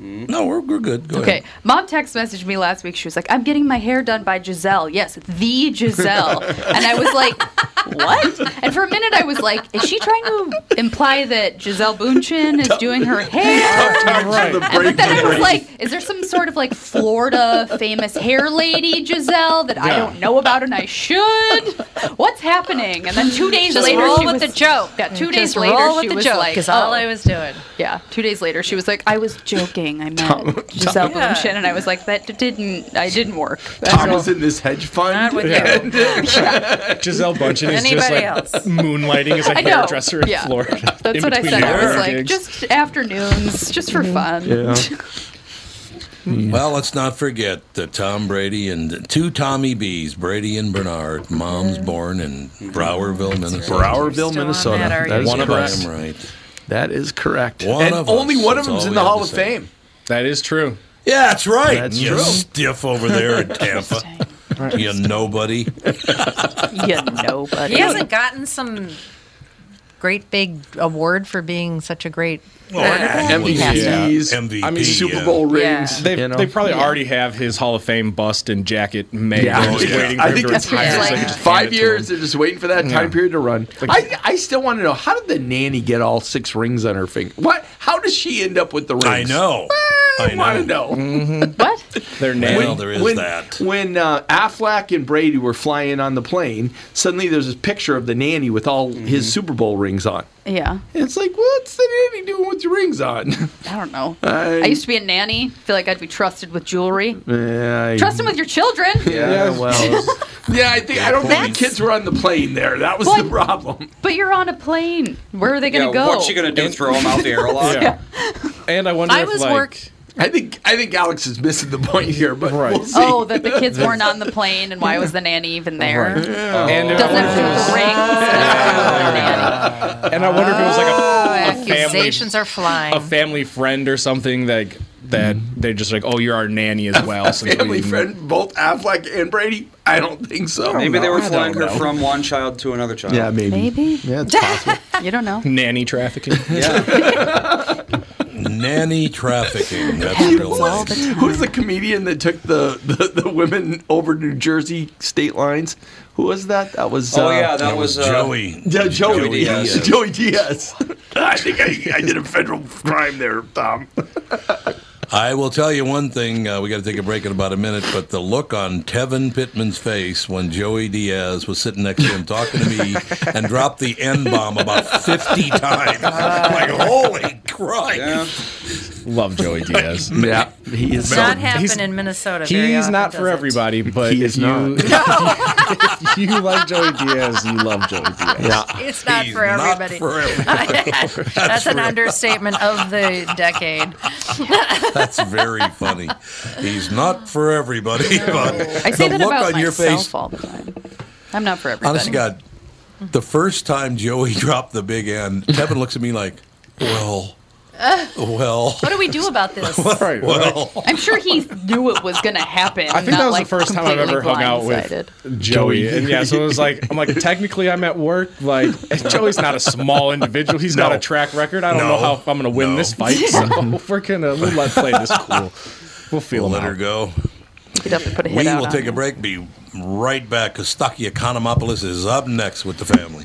S1: No, we're, we're good. Go
S9: okay.
S1: ahead.
S9: Mom text messaged me last week. She was like, "I'm getting my hair done by Giselle. Yes, the Giselle." and I was like, "What?" And for a minute, I was like, "Is she trying to imply that Giselle Bundchen is doing her hair?"
S6: Right.
S9: And but then I was like, is there some sort of like Florida famous hair lady, Giselle, that I
S6: Yeah.
S9: don't know about and I should? What's happening? And then two days
S2: Just
S9: later,
S2: roll
S9: she was,
S2: with the joke.
S9: Yeah, two
S2: Just
S9: days later,
S2: roll
S9: she
S2: with the
S9: was
S2: joke
S9: like,
S2: is all
S9: oh.
S2: I was doing.
S9: Yeah, two days later, she was like, I was joking. I meant Giselle
S2: Yeah.
S9: Bundchen. And I was like, that didn't, I didn't work.
S3: Tom was in this hedge fund.
S2: Not with
S6: Yeah.
S2: you.
S6: Giselle Bunchen is just like
S2: Anybody else?
S6: moonlighting as a
S9: I know.
S6: hairdresser in
S9: Yeah.
S6: Florida.
S9: That's
S6: in
S9: what I
S6: between
S9: said. I was
S6: hour
S9: like,
S6: gigs.
S9: just afternoons, just
S2: Mm-hmm.
S9: for fun.
S3: Yeah.
S1: Well, let's not forget that Tom Brady and two Tommy B's, Brady and Bernard. Mom's born in Browerville, Minnesota.
S3: Browerville,
S2: Still on
S3: Minnesota.
S2: that, are
S3: that
S2: you?
S3: is
S1: One of
S3: correct.
S1: us. Damn right.
S3: That is correct.
S1: One
S3: and
S1: of us.
S3: only one of
S1: That's
S3: them's
S1: all
S3: in
S1: we
S3: the
S1: have
S3: Hall
S1: to
S3: of
S1: say.
S3: Fame.
S6: that is true.
S1: Yeah, that's right.
S3: That's
S1: you
S3: true.
S1: stiff over there in Tampa. you nobody.
S9: You nobody.
S2: He hasn't gotten some great big award for being such a great.
S3: MVPs,
S1: MVP,
S6: I mean,
S3: Super
S1: yeah.
S3: Bowl
S9: Yeah.
S3: rings.
S6: They,
S3: you know?
S6: they probably already have his Hall of Fame bust and jacket made.
S3: Yeah.
S6: They're just
S1: Oh, yeah.
S6: waiting for
S3: I
S6: him
S3: think
S6: to
S3: it's
S6: retire. so they
S9: like
S6: can just hand
S3: Five
S6: it to
S3: years,
S6: him.
S3: they're just waiting for that time
S6: Yeah.
S3: period to run. I, I still want to know how did the nanny get all six rings on her finger? What? How does she end up with the rings? Ah.
S1: I know.
S3: I,
S1: I
S3: want to
S1: know.
S3: know.
S9: What?
S6: Their name.
S1: Well, there is
S3: when,
S1: that.
S3: When uh, Affleck and Brady were flying on the plane, suddenly there's this picture of the nanny with all
S9: Mm-hmm.
S3: his Super Bowl rings on.
S9: Yeah.
S3: And it's like, what's the nanny doing with your rings on?
S9: I don't know.
S3: I-
S9: I used to be a nanny. feel like I'd be trusted with jewelry.
S3: Yeah, I-
S9: Trust him with your children.
S3: Yeah, well, yeah. I think I don't think
S9: That's-
S3: the kids were on the plane there. That was the
S9: What?
S3: problem.
S9: But you're on a plane. Where are they going
S4: Yeah,
S9: to go?
S4: what's she gonna do? Throw them out the airlock?
S6: Yeah. And I wonder
S2: I
S6: if
S2: was
S6: like
S2: work-
S3: I think I think Alex is missing the point here, but
S6: Right.
S3: we'll see.
S9: oh, that the kids weren't on the plane, and why was the nanny even there?
S6: and, if-
S9: Doesn't have to have rings.
S6: and I wonder if it was like a, a family
S2: Oh, Accusations are flying.
S6: a family friend or something like that they're just like, oh, you're our nanny as well. since we
S11: Family
S6: didn't-
S11: friend, both Affleck and Brady. I don't think so.
S4: Maybe they were
S11: I don't
S4: flying her
S11: know.
S4: from one child to another child.
S11: Yeah, maybe.
S9: Maybe.
S3: Yeah,
S4: it's possible.
S9: you don't know.
S6: nanny trafficking.
S1: Nanny trafficking. That's
S11: Who
S1: real
S11: was-
S1: life.
S11: Who's the comedian that took the, the, the women over New Jersey state lines? Who was that? That was
S4: Oh,
S11: uh,
S4: yeah, that That was, was, uh,
S1: Joey.
S11: Yeah, Joey,
S4: Joey
S11: Diaz.
S4: Diaz.
S11: Joey Diaz. I think I, I did a federal crime there, Tom.
S1: I will tell you one thing. Uh, we got to take a break in about a minute, but the look on Tevin Pittman's face when Joey Diaz was sitting next to him talking to me and dropped the N bomb about 50 times. like,
S9: Uh,
S1: "Oh." holy Christ.
S6: Love Joey Diaz.
S3: yeah, he
S2: Does not happen in Minnesota. very
S6: He's
S2: often,
S6: not for
S2: does it?
S6: everybody, but
S3: He
S6: if
S3: is
S6: you,
S3: not.
S6: if you like Joey Diaz, you love Joey Diaz.
S3: Yeah.
S2: It's not
S1: He's
S2: for
S1: not
S2: everybody.
S1: for everybody.
S2: That's, an
S1: for-
S2: understatement of the decade.
S1: That's very funny. He's not for everybody. But
S9: I say
S1: the
S9: that
S1: look
S9: about
S1: on your
S9: myself
S1: face.
S9: all the time. I'm not for everybody.
S1: Honest to God, the first time Joey dropped the big N, Tevin looks at me like, well, well,
S2: What do we do about this?
S6: Right.
S1: well.
S9: I'm sure he knew it was going to happen.
S6: I think that was
S9: like
S6: the first time I've ever hung out
S9: blindsided.
S6: with Joey.
S3: Joey.
S6: And yeah, so it was like, I'm like, technically I'm at work. Like, Joey's not a small individual. He's got
S1: No.
S6: a track record. I don't
S1: No.
S6: know how if I'm going to win
S1: No.
S6: this fight.
S3: Mm-hmm.
S6: So we're going
S11: uh,
S6: to we'll let play this cool. We'll feel
S1: We'll
S6: him
S1: let
S6: out.
S1: her go.
S9: He'd have to put a hit
S1: We
S9: out
S1: will
S9: on
S1: take a
S9: him.
S1: break. Be right back. Kostaki Economopoulos is up next with the family.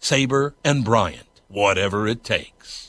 S1: Sabre and Bryant, whatever it takes.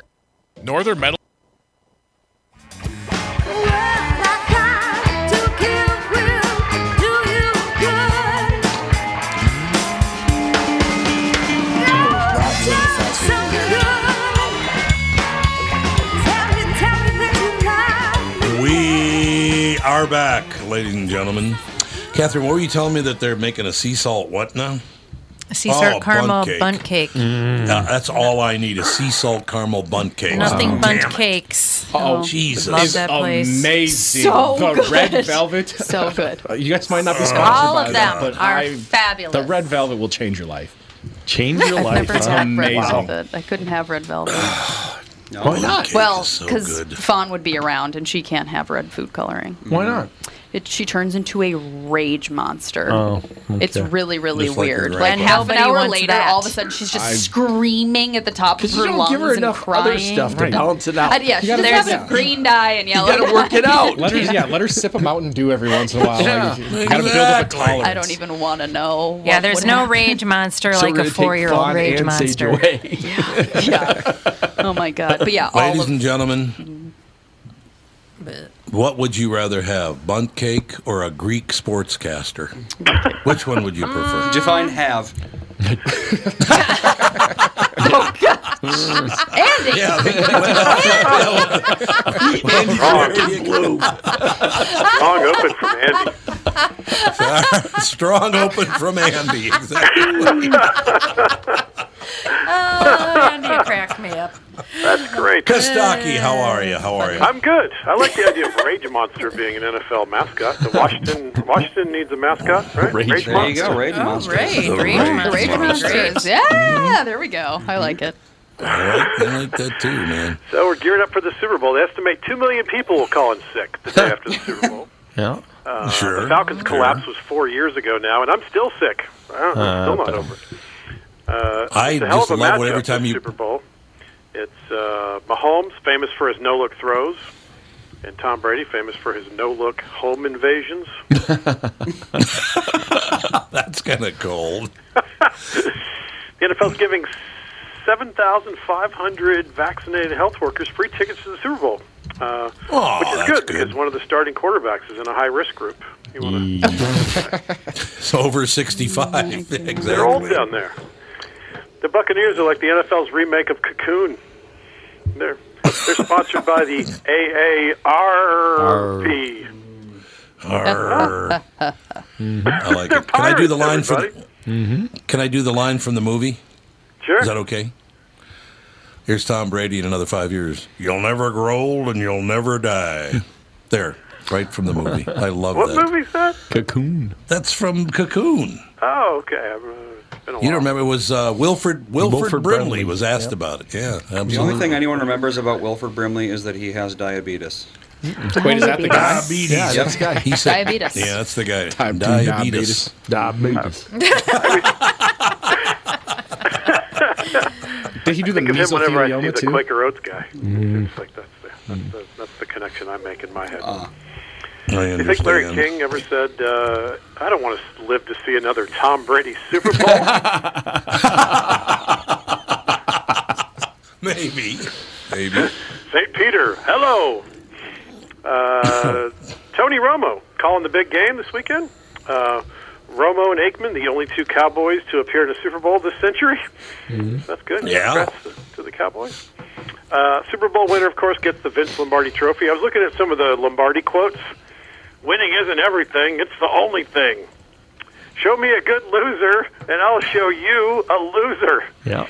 S8: Northern Metal.
S1: We are back, ladies and gentlemen. Catherine, what were you telling me that they're making a sea salt what now?
S2: Sea salt
S1: Oh,
S2: caramel
S1: bundt cake.
S2: bundt cake.
S1: Uh, that's all I need is sea salt caramel bundt cake.
S2: Nothing bundt
S1: Damn it.
S2: cakes.
S1: Oh, Jesus.
S2: Love
S1: It's
S2: that place.
S6: Amazing.
S9: So
S6: the
S9: good.
S6: red velvet.
S9: So good.
S6: You guys might
S1: Uh,
S6: not be sponsored
S2: All
S6: by
S2: of
S6: that,
S2: them
S6: but
S2: are
S6: I-
S2: fabulous.
S6: The red velvet will change your life.
S3: Change your
S9: I've
S3: life.
S9: never had red
S6: amazing.
S9: velvet. I couldn't have red velvet.
S3: Why not?
S1: Cake
S9: well,
S1: is so
S9: because
S1: good.
S9: Fawn would be around and she can't have red food coloring.
S3: Why not?
S9: It, she turns into a rage monster.
S3: Oh,
S9: It's
S3: okay.
S9: really, really
S1: Just like the
S9: weird.
S1: red
S9: Like
S1: And
S9: half an
S2: nobody
S9: hour
S2: wants
S9: later,
S2: that.
S9: all of a sudden she's just screaming at the top of
S11: Because you
S9: her
S11: don't
S9: lungs
S11: give her
S9: and
S11: enough
S9: crying.
S11: other stuff to
S6: Right.
S11: balance it out.
S9: And yeah, she
S6: gotta
S9: doesn't
S6: work
S9: have
S6: it
S9: a
S6: out.
S9: green dye and
S11: You
S9: yellow.
S11: got to work it out.
S6: Let her, yeah, let her sip a Mountain Dew every once in a while.
S11: Yeah.
S6: Like, you gotta build up a
S1: Exactly.
S6: tolerance.
S9: I don't even want to know.
S2: Yeah,
S9: what
S2: there's
S9: would
S2: no
S9: happen.
S2: rage monster
S11: So
S2: like
S11: we're gonna
S2: a
S11: take
S2: four year old
S11: Fawn
S2: rage
S11: and
S2: monster.
S11: Sage away.
S9: yeah. Oh my god. But yeah, all
S1: Ladies
S9: of Mm-hmm.
S1: and gentlemen, what would you rather have, bundt cake or a Greek sportscaster? Which one would you prefer?
S4: Define have.
S9: Oh, Andy.
S12: Long open from Andy.
S1: Strong open from Andy. Exactly.
S2: Oh, Andy cracked me up.
S12: That's great.
S1: Kostaki, how are you? How are you?
S12: I'm good. I like the idea of Rage Monster being an NFL mascot. The Washington Washington needs a mascot, right?
S4: Rage There you go, Monster. Rage Oh, Monster. Rage,
S12: The
S4: Rage Monster.
S9: Rage monsters. Yeah, there we go. I like it.
S1: I like, I like that too, man.
S12: So we're geared up for the Super Bowl. They estimate two million people will call in sick the day after the Super Bowl.
S3: Yeah.
S12: Uh, The Falcons collapse was four years ago now, and I'm still sick. I don't, I'm still
S1: Uh,
S12: not over it. Uh,
S1: I
S12: it's a hell
S1: just
S12: of a
S1: love what
S12: matchup
S1: every time
S12: this
S1: you-
S12: Super Bowl. It's uh, Mahomes, famous for his no-look throws, and Tom Brady, famous for his no-look home invasions.
S1: That's kind of cold.
S12: The NFL's giving 7,500 vaccinated health workers free tickets to the Super Bowl, uh,
S1: Aw,
S12: which is
S1: that's
S12: good,
S1: good.
S12: because one of the starting quarterbacks is in a high-risk group. Mm.
S1: It's over
S9: Oh,
S1: 65. exactly.
S12: They're old down there. The Buccaneers are like the NFL's remake of Cocoon. They're they're sponsored by the AARP.
S1: Arr. I like it. Can I do the line for the, Can I do the line from the movie?
S12: Sure.
S1: Is that okay? Here's Tom Brady in another five years. You'll never grow old and you'll never die. there, right from the movie. I love
S12: What
S1: that.
S12: movie's that?
S3: Cocoon.
S1: That's from Cocoon.
S12: Oh, okay. I'm, uh, it's been a
S1: You
S12: while.
S1: don't remember? It was uh, Wilfred Wilfred,
S12: Wilfred
S1: Brimley,
S12: Brimley.
S1: was asked
S12: Yep.
S1: about it. Yeah, absolutely.
S4: The only thing anyone remembers about Wilford Brimley is that he has diabetes.
S6: Mm-hmm. Wait, is that the guy? Diabetes.
S4: Yeah,
S6: Yep.
S4: that's the guy.
S6: He said- Diabetes.
S1: Yeah, that's the guy.
S6: Type two
S1: Diabetes.
S3: Diabetes.
S4: Oh,
S6: Did he do the
S12: Think of him whenever I see
S6: mesothelioma
S12: the
S6: too?
S12: Quaker Oats guy. It's like that's the, that's, the, that's the connection I make in my head.
S1: I
S12: you think Larry
S1: understand.
S12: King ever said, uh, "I don't want to live to see another Tom Brady Super Bowl"?
S1: Maybe. Maybe.
S12: St. Peter, hello. Uh, Tony Romo calling the big game this weekend. Uh, Romo and Aikman, the only two Cowboys to appear in a Super Bowl this century. That's good.
S1: Yeah.
S12: Congrats to the Cowboys. Uh, Super Bowl winner, of course, gets the Vince Lombardi Trophy. I was looking at some of the Lombardi quotes. Winning isn't everything; it's the only thing. Show me a good loser, and I'll show you a loser.
S3: Yeah.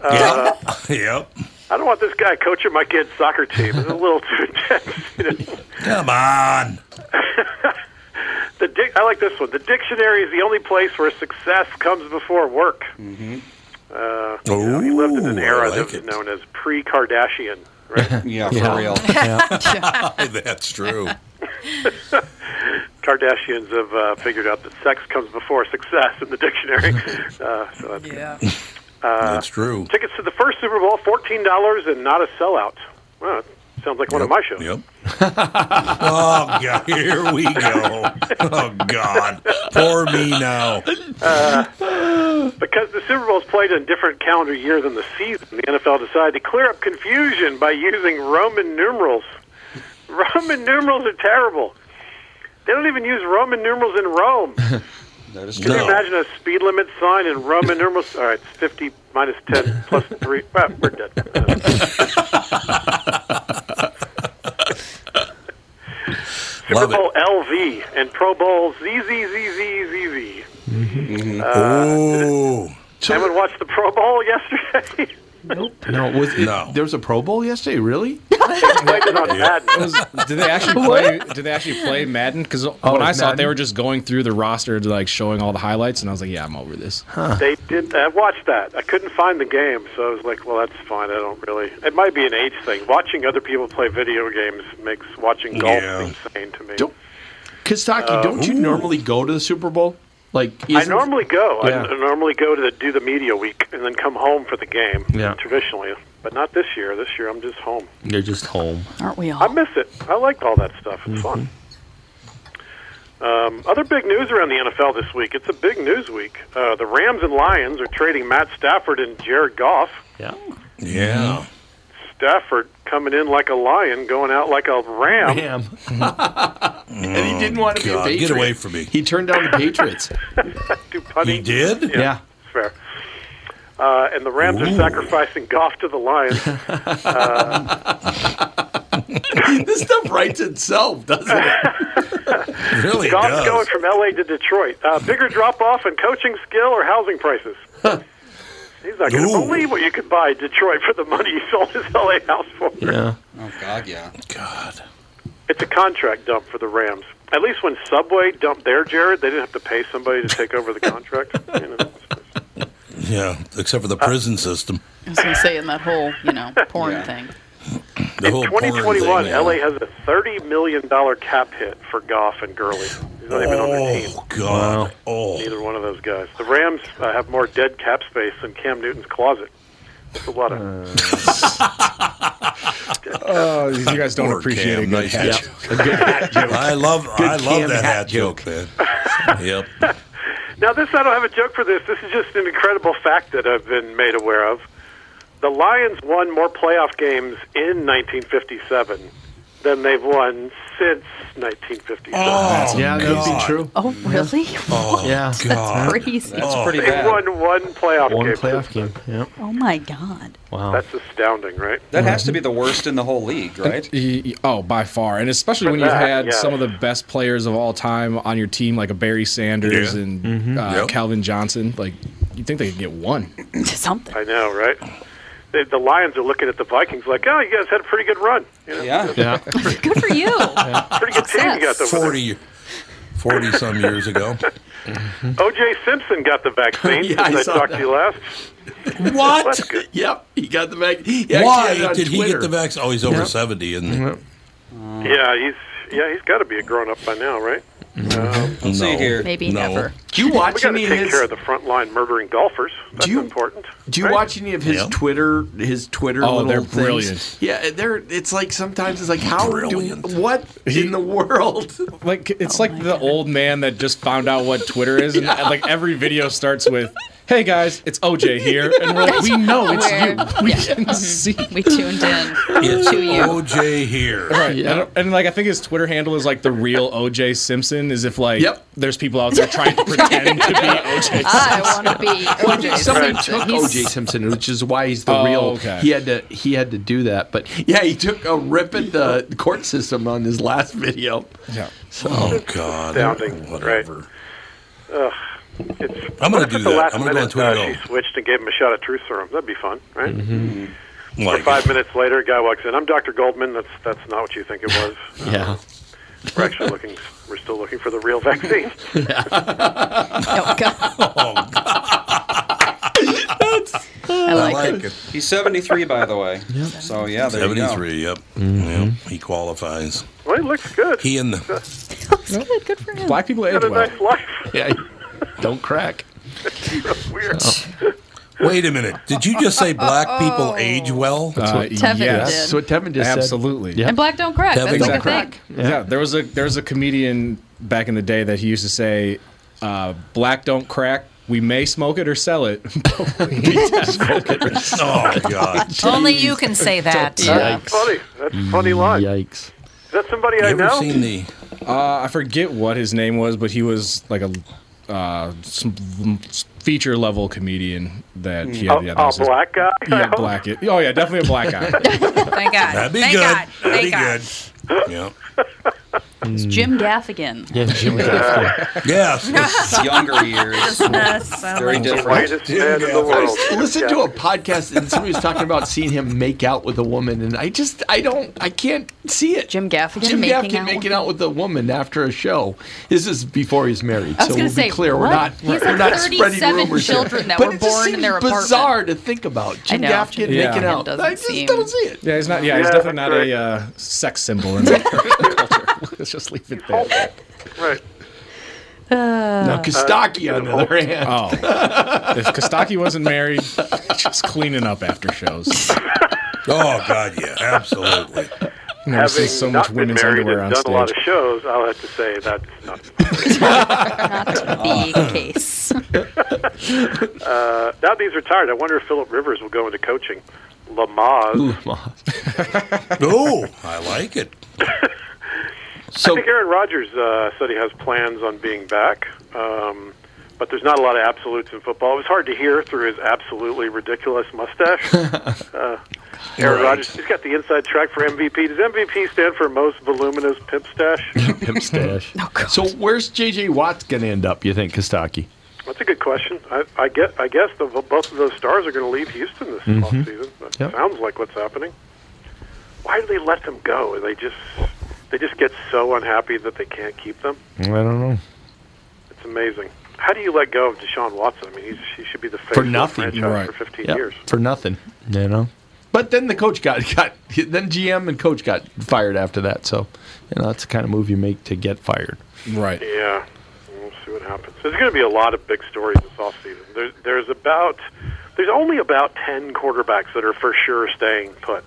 S12: Uh,
S1: yep.
S12: I don't want this guy coaching my kid's soccer team. It's a little too intense. you know.
S1: Come on.
S12: the dic- I like this one. The dictionary is the only place where success comes before work.
S4: Mm-hmm.
S12: Uh,
S1: you know,
S12: he lived in an
S1: Ooh, I
S12: era
S1: like
S12: that was known as pre-Kardashian.
S4: yeah, for
S1: Yeah.
S4: real.
S1: Yeah. That's true.
S12: Kardashians have uh, figured out that sex comes before success in the dictionary. Uh, so that's yeah. good. Uh,
S1: That's true.
S12: Tickets to the first Super Bowl, fourteen dollars, and not a sellout. Well, that sounds like one of my shows.
S1: Yep. oh God, here we go. Oh God, poor me now.
S12: Uh, because the Super Bowl is played in a different calendar year than the season, the NFL decided to clear up confusion by using Roman numerals. Roman numerals are terrible. They don't even use Roman numerals in Rome.
S4: That is
S12: Can you imagine a speed limit sign in Roman numerals? All right, it's 50 minus 10 plus 3. Well, we're dead. Super
S1: Love it.
S12: Bowl LV and Pro Bowl ZZZZZZ.
S11: Mm-hmm.
S1: oh.
S12: Anyone watch the Pro Bowl yesterday? Nope.
S3: No, was it, there was a Pro Bowl yesterday? Really?
S6: Did they actually play? Did they actually play Madden? Because
S3: Oh,
S6: when I saw it, they
S3: Madden?
S6: were just going through the roster, to, like showing all the highlights, and I was like, "Yeah, I'm over this."
S12: They did. I watched that. I couldn't find the game, so I was like, "Well, that's fine. I don't really." It might be an age thing. Watching other people play video games makes watching golf
S3: Yeah.
S12: insane to me.
S3: Kostaki,
S12: Uh,
S3: don't you
S12: ooh.
S3: normally go to the Super Bowl? Like
S12: I
S3: isn't-
S12: normally go.
S3: Yeah.
S12: I, I normally go to the, do the media week and then come home for the game.
S3: Yeah.
S12: Traditionally, but not this year. This year, I'm just home.
S3: You're just home.
S9: Aren't we all? Mm-hmm.
S12: I miss it. I like all that stuff. It's fun. Um, other big news around the NFL this week. It's a big news week. Uh, the Rams and Lions are trading Matt Stafford and Jared Goff.
S3: Yeah.
S1: Yeah.
S12: Stafford coming in like a lion, going out like a ram.
S3: Ram. and he didn't want to be a
S12: God, get
S3: Patriot.
S12: away
S1: from me.
S3: He turned down the Patriots.
S12: He
S1: did?
S12: Yeah. Fair. Uh, and the Rams are sacrificing Goff to the Lions. Uh,
S3: this stuff writes itself, doesn't it?
S1: really
S12: Goff's going from LA to Detroit. Uh, bigger drop off in coaching skill or housing prices? He's not going to
S1: Ooh.
S12: believe what you could buy in Detroit for the money you sold his LA house for.
S13: Yeah.
S4: Oh God, yeah.
S1: God.
S12: It's a contract dump for the Rams. At least when Subway dumped their Jared, they didn't have to pay somebody to take over the contract. You know?
S1: Yeah, except for the prison system.
S9: I was going to say in that whole, you know, porn thing.
S1: The whole porn thing,
S12: 2021,
S1: yeah.
S12: LA has a thirty million dollar cap hit for Goff and Gurley. He's not even on their team.
S1: God. Oh.
S12: Neither one of those guys. The Rams uh, have more dead cap space than Cam Newton's closet. That's a lot of.
S6: Uh, you guys don't
S1: Poor
S6: appreciate
S1: Cam,
S6: a good
S1: nice
S6: hat
S1: hat
S6: joke.
S1: joke. A good hat joke. I love- I love that hat joke, man. Yep.
S12: Now, this I don't have a joke for this. This is just an incredible fact that I've been made aware of. The Lions won more playoff games in 1957 than they've won since 1957.
S3: yeah, that would be true.
S9: Oh, really?
S3: Oh, yeah.
S9: That's crazy.
S12: they won one playoff
S3: One
S12: game.
S3: playoff game. Yeah.
S9: Oh my God.
S13: Wow.
S12: That's astounding, right?
S4: That has to be the worst in the whole league, right?
S6: Y- y- Oh, by far, and especially when
S4: For
S6: you've
S4: that,
S6: had
S4: yeah.
S6: some of the best players of all time on your team, like a Barry Sanders
S12: Yeah.
S6: and
S1: Mm-hmm.
S12: Mhm.
S6: uh,
S12: Yep.
S6: Calvin Johnson. Like, you think they could get one?
S9: Something.
S12: I know, right? The, the Lions are looking at the Vikings like, oh, you guys had a pretty good run. You know?
S4: Yeah.
S6: Yeah.
S9: Good for you.
S12: Pretty good team you got over there.
S1: 40, 40 some years ago.
S12: O.J. Simpson got the vaccine
S3: Yeah, I
S12: since I,
S3: saw
S12: talked to you last.
S3: What? yep. He got the mag. he actually
S1: Why
S3: had it on
S1: did he
S3: Twitter.
S1: get the vaccine? Oh, he's over
S3: Yep.
S1: 70, isn't he?
S12: Yeah, he's yeah, he's got to be a grown up by now, right? Um,
S1: Let's see No. here.
S9: Maybe
S1: No. never.
S3: Do you watch
S12: we gotta
S3: any of
S12: take
S3: his-
S12: care of the front line murdering golfers? That's important.
S3: Do you watch any of his
S12: Yeah.
S3: Twitter? His Twitter.
S6: Oh,
S3: little
S6: they're
S3: things?
S6: brilliant.
S3: Yeah, they're. It's like sometimes it's like how do what in the world?
S6: Like, it's like the old man that just found out what Twitter is, and like every video starts with. Hey guys, it's OJ here, and we're like, we know it's you. We can see.
S9: Mm-hmm. We tuned in
S1: It's
S9: to you.
S1: OJ here.
S6: Right. And, and, like I think his Twitter handle is like the real OJ Simpson. Is if like there's people out there trying to pretend to be OJ.
S3: Ah,
S9: I want to be OJ
S3: Somebody
S9: Simpson.
S3: took
S9: He's-
S3: OJ Simpson, which is why he's the
S6: Oh,
S3: real.
S6: okay.
S3: He had to. He had to do that, but yeah, he took a rip at the court system on his last video.
S6: Yeah.
S3: So,
S1: Oh, God.
S12: Astounding,
S1: Whatever.
S12: Ugh. It's,
S1: I'm
S12: what
S1: gonna
S12: if
S1: do
S12: at the
S1: that.
S12: last
S1: I'm gonna go on
S12: minute,
S1: Twitter
S12: uh,
S1: and
S12: She switched and gave him a shot at truth serum. That'd be fun, right?
S3: Mm-hmm.
S1: Like
S12: For five minutes later, a guy walks in. I'm Dr. Goldman. That's that's not what you think it was.
S3: Yeah.
S12: We're actually looking. We're still looking for the real vaccine.
S1: Oh,
S9: I
S1: like like it. it.
S4: He's 73, by the way. So yeah, there you go.
S1: 73, yep. Yep. He qualifies.
S12: Uh-huh. Well, he looks good.
S1: He and the.
S9: Good, good for him.
S6: Black people
S12: He's
S6: age
S12: got a
S6: well.
S12: nice life.
S3: Yeah. Don't crack.
S12: Weird.
S1: Wait a minute. Did you just say black people age
S12: Oh.
S1: well?
S6: That's what Uh, Tevin yes. did. That's what Tevin just said. Absolutely. Yeah.
S9: And black don't crack. That's like a thing.
S6: Yeah. there was a there was a comedian back in the day that he used to say, uh, "Black don't crack. We may smoke it or sell it." but we don't smoke it or sell
S1: it."
S6: oh
S1: God.
S2: Only you can say that.
S12: That's funny. That's a
S9: Mm,
S12: funny line.
S3: Yikes!
S12: Is that somebody I know?
S1: the?
S6: Uh, I forget what his name was, but he was like a uh, some feature level comedian that he had.
S12: Oh,
S6: the other
S12: oh,
S6: ones.
S12: black guy.
S6: Yeah, black. It. Oh yeah, definitely a black guy.
S9: Thank God.
S6: That'd be
S9: Thank
S6: good.
S9: God.
S6: That'd
S9: Thank
S6: be
S9: God.
S1: Yeah.
S9: It's Jim Gaffigan.
S3: Yeah, Mm. Jim
S1: Gaffigan. yes.
S4: Younger years.
S9: Doesn't that sound
S4: Very
S9: like-
S4: different.
S3: I was listening to a podcast and somebody was talking about seeing him make out with a woman, and I just I don't I can't see it.
S9: Jim Gaffigan
S3: Jim
S9: making
S3: Gaffigan
S9: out
S3: making out with a woman after a show. This is before he's married,
S9: I
S3: so
S9: was gonna
S3: we'll
S9: say,
S3: be clear
S9: what?
S3: we're not
S9: He's
S3: we're,
S9: had
S3: not spreading
S9: 37
S3: rumors here.
S9: children that
S3: but
S9: were
S3: it just
S9: born in
S3: seems
S9: their apartment.
S3: Bizarre to think about Jim
S9: know,
S3: Gaffigan
S6: Jim
S3: making
S6: Gaffigan
S3: out.
S9: doesn't
S3: I just
S9: seem-
S3: don't see it.
S6: Yeah, he's not. Yeah, he's
S3: Yeah,
S6: definitely
S3: that's
S6: not a uh, sex symbol in American culture. Let's just leave it there.
S12: Right.
S9: Uh,
S6: Now,
S3: Kostaki, on the other hand.
S6: Uh, Oh, if Kostaki wasn't married, just cleaning up after shows.
S1: Oh, God, yeah, absolutely.
S6: Never seen so much
S12: not
S6: women's
S12: been married
S6: underwear
S12: and
S6: on
S12: done a lot
S6: stage.
S12: of shows, I'll have to say that's not
S9: Not the case.
S12: Uh, now that he's retired, I wonder if Philip Rivers will go into coaching. Lamaze.
S1: Oh, I like it.
S12: I think Aaron Rodgers uh, said he has plans on being back, um, but there's not a lot of absolutes in football. It was hard to hear through his absolutely ridiculous mustache. uh, Aaron
S1: Right.
S12: Rodgers, he's got the inside track for MVP. Does MVP stand for most voluminous pimp stash?
S3: Pimp stash. so where's JJ Watt gonna end up? You think Kostaki?
S12: That's a good question. I, I get. I guess the, both of those stars are going to leave Houston this
S1: Mm-hmm.
S7: Mhm.
S12: offseason. That
S7: Yep.
S12: sounds like what's happening. Why do they let them go? They just they just get so unhappy that they can't keep them.
S3: I don't know.
S12: It's amazing. How do you let go of Deshaun Watson? I mean, he's, he should be the face
S3: for
S12: of the
S3: nothing.
S12: franchise for 15
S3: Yep,
S12: years.
S3: For nothing, you know. But then the coach got got then GM and coach got fired after that. So, you know, that's the kind of move you make to get fired.
S6: Right.
S12: Yeah. We'll see what happens. There's going to be a lot of big stories this offseason. There's there's about there's only about 10 quarterbacks that are for sure staying put.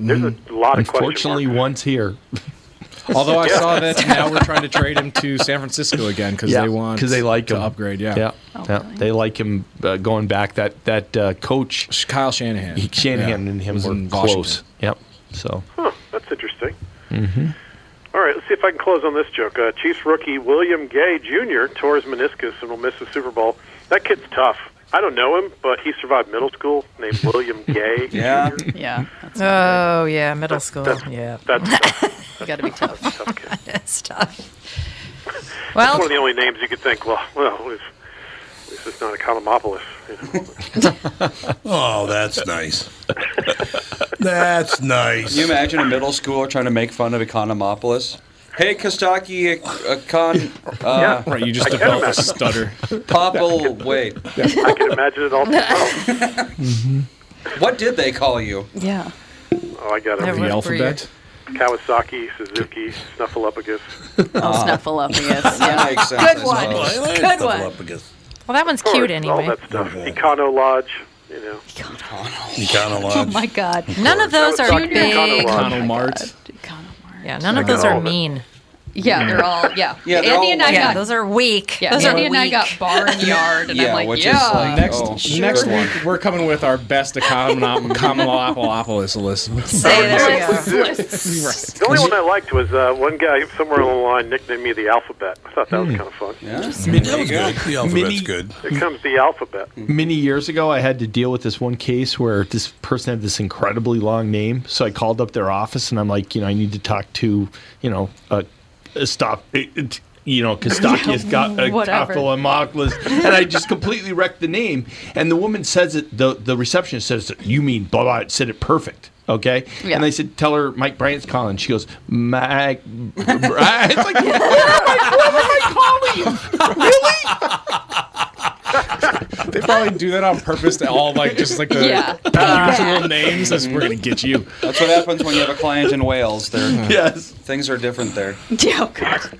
S12: There's a lot of question
S3: Unfortunately, one's here.
S6: Mm-hmm. Although I
S12: Yeah.
S6: saw that now we're trying to trade him to San Francisco again because
S3: Yeah,
S6: they want
S3: 'cause they like
S6: to
S3: him.
S6: upgrade. Yeah,
S3: Yeah, yeah. they like him uh, going back. That that uh, coach
S6: Kyle Shanahan,
S3: Shanahan
S6: Yeah.
S3: and him
S6: Was
S3: were
S6: in Washington.
S3: close. Yep. So,
S12: Huh, that's interesting.
S3: mhm.
S12: All right, let's see if I can close on this joke. Uh, Chiefs rookie William Gay Jr. tore his meniscus and will miss the Super Bowl. That kid's tough. I don't know him, but he survived middle school. Named William Gay.
S2: Yeah.
S12: Jr.
S9: Yeah.
S2: Oh yeah, middle school. yeah.
S12: That's
S2: you got to be tough. That's tough.
S12: That's
S2: Well,
S12: one of the only names you could think. Well, well, it's, at least it's not Economopolis. You know?
S1: Oh, that's nice. That's nice.
S4: Can you imagine a middle schooler trying to make fun of Economopolis? Hey, Kostaki, Econ. Uh,
S6: Yeah. Right, you just I can develop a imagine. stutter.
S4: Popple, wait. Mm-hmm.
S12: I can imagine it all.
S4: What did they call you?
S9: Yeah.
S12: Oh, I got it.
S4: They're The what were you- alphabet?
S12: Kawasaki, Suzuki, Snuffleupagus.
S9: Oh, Snuffleupagus. Yeah.
S12: Makes sense, Oh, I
S9: Good one.
S12: suppose. Well, I like
S9: Good one.
S2: well, that one's cute
S12: All
S2: anyway.
S12: that stuff. Econo Lodge, you know.
S1: Econo
S2: Oh my God! None of those are
S12: Kawasaki
S2: big.
S12: Econo Lodge.
S2: Yeah, none of
S12: I got
S2: those are
S12: all of it.
S2: mean.
S9: Yeah, they're all yeah.
S2: Yeah, they're
S9: Andy
S2: all
S9: and I
S2: weak.
S9: got
S2: Those are weak.
S9: Yeah,
S2: Those are
S9: Andy and I
S2: weak.
S9: got barnyard, and
S6: Yeah,
S9: I'm like,
S6: which is
S9: yeah.
S6: like next
S9: oh,
S6: next week we're coming with our best Economopolopolis list.
S12: The only one I liked was uh, one guy somewhere along the line nicknamed me the Alphabet. I thought that was
S3: Hmm.
S12: kind of fun.
S4: Yeah,
S3: There you go. Mm-hmm.
S1: The alphabet's
S3: Mini-
S1: good.
S12: Here comes the Alphabet.
S3: Many years ago, I had to deal with this one case where this person had this incredibly long name. So I called up their office and I'm like, you know, I need to talk to, you know, uh, uh, stop. It, it- you know, Kostaki's
S11: Yeah,
S3: got a
S11: whatever.
S3: Toffel and Moklis, and I just completely wrecked the name. And the woman says it. The the receptionist says, "You mean blah blah?" It said it perfect, okay. And I said, "Tell her Mike Bryant's calling." She goes, "Mike." Bryant." It's like, where am I, where am I calling? Really?
S6: They probably do that on purpose to all like just like the
S4: Yeah.
S6: usual names as we're gonna get you.
S4: That's what happens when you have a client in Wales. There,
S3: yes,
S4: things are different there.
S9: Oh God.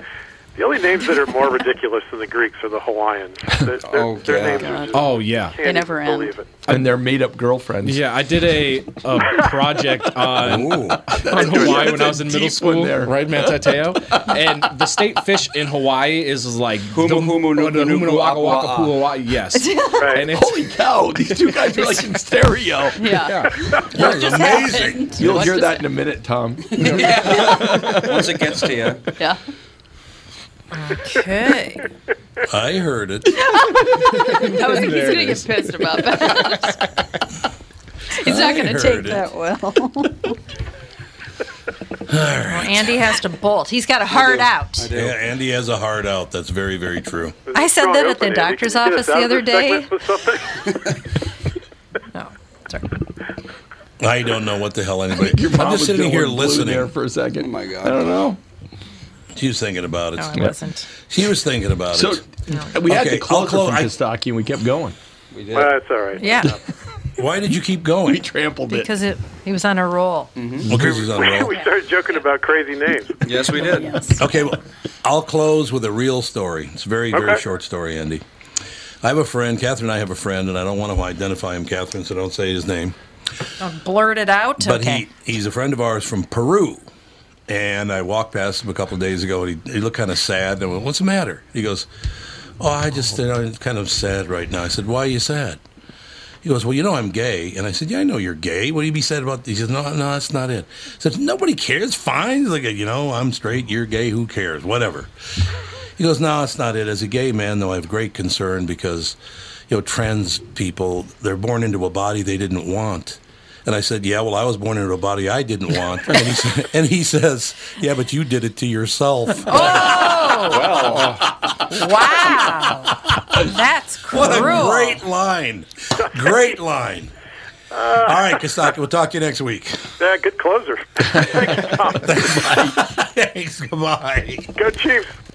S12: The only names that are more ridiculous than the Greeks are the Hawaiians. Their, their, their names are just
S6: Oh yeah.
S12: They never end. Believe it.
S3: and their made up girlfriends.
S6: Yeah, I did a, a project on, on Hawaii when I was in middle school, right, Mantateo? And the state fish in Hawaii is like humu humu
S4: nuku,
S6: waka waka
S4: apa,
S6: pua
S4: ah.
S6: wa- Yes.
S12: Right.
S6: And it's,
S3: Holy cow! These two guys are like in stereo.
S9: Yeah.
S3: That
S9: is just amazing. happened?
S3: You'll
S9: What
S3: hear
S9: just
S3: that in a minute, Tom.
S4: Once it gets to you.
S9: Yeah. Okay.
S1: I heard it.
S9: I was like, he's
S1: There it
S9: gonna get
S1: is.
S9: pissed about that. he's
S1: I
S9: not gonna
S1: heard
S9: take
S1: it.
S9: that well.
S2: Well, Andy has to bolt. He's got a hard out.
S1: Yeah, Andy has a heart out. That's very, very true.
S2: I said that at the doctor's office the other day.
S1: I don't know what the hell anybody.
S3: Your mom
S1: I'm just
S3: was
S1: sitting
S3: doing
S1: here
S3: one blue
S1: listening
S3: there for a second. Oh
S4: my god!
S3: I don't know.
S1: She was thinking about it.
S3: No, I Yeah. wasn't.
S1: She was thinking about
S3: So
S1: it.
S3: we had
S1: Okay,
S3: to close
S1: I'll clo-
S3: from
S1: I-
S3: Kostaki and we kept going.
S4: We
S12: Well, that's all right.
S2: Yeah.
S1: Why did you keep going? We
S3: trampled
S2: Because it, he was on a roll.
S1: Okay, she's on roll.
S12: we started joking about crazy names.
S4: Yes, we did.
S1: Okay, well, I'll close with a real story. It's a very, very
S12: Okay.
S1: short story, Andy. I have a friend, Catherine and I have a friend, and I don't want to identify him, Catherine, so don't say his name.
S2: Don't blurt it out.
S1: But
S2: okay.
S1: he, he's a friend of ours from Peru. And I walked past him a couple of days ago, and he, he looked kind of sad. And I went, What's the matter? He goes, Oh, I just, you know, I'm kind of sad right now. I said, Why are you sad? He goes, Well, you know, I'm gay. And I said, Yeah, I know you're gay. What do you be sad about? He says, No, no, that's not it. I said, Nobody cares. Fine. He's like, You know, I'm straight. You're gay. Who cares? Whatever. He goes, No, it's not it. As a gay man, though, I have great concern because, you know, trans people, they're born into a body they didn't want. And I said, Yeah, well, I was born into a body I didn't want. and, he, sa- and he says, Yeah, but you did it to yourself.
S2: Oh! wow. That's cruel.
S1: What a great line. Great line. All right, Kostaki, we'll talk to you next week.
S12: Yeah, good closer.
S1: Thanks, Tom. Thanks, goodbye.
S12: Go Chiefs.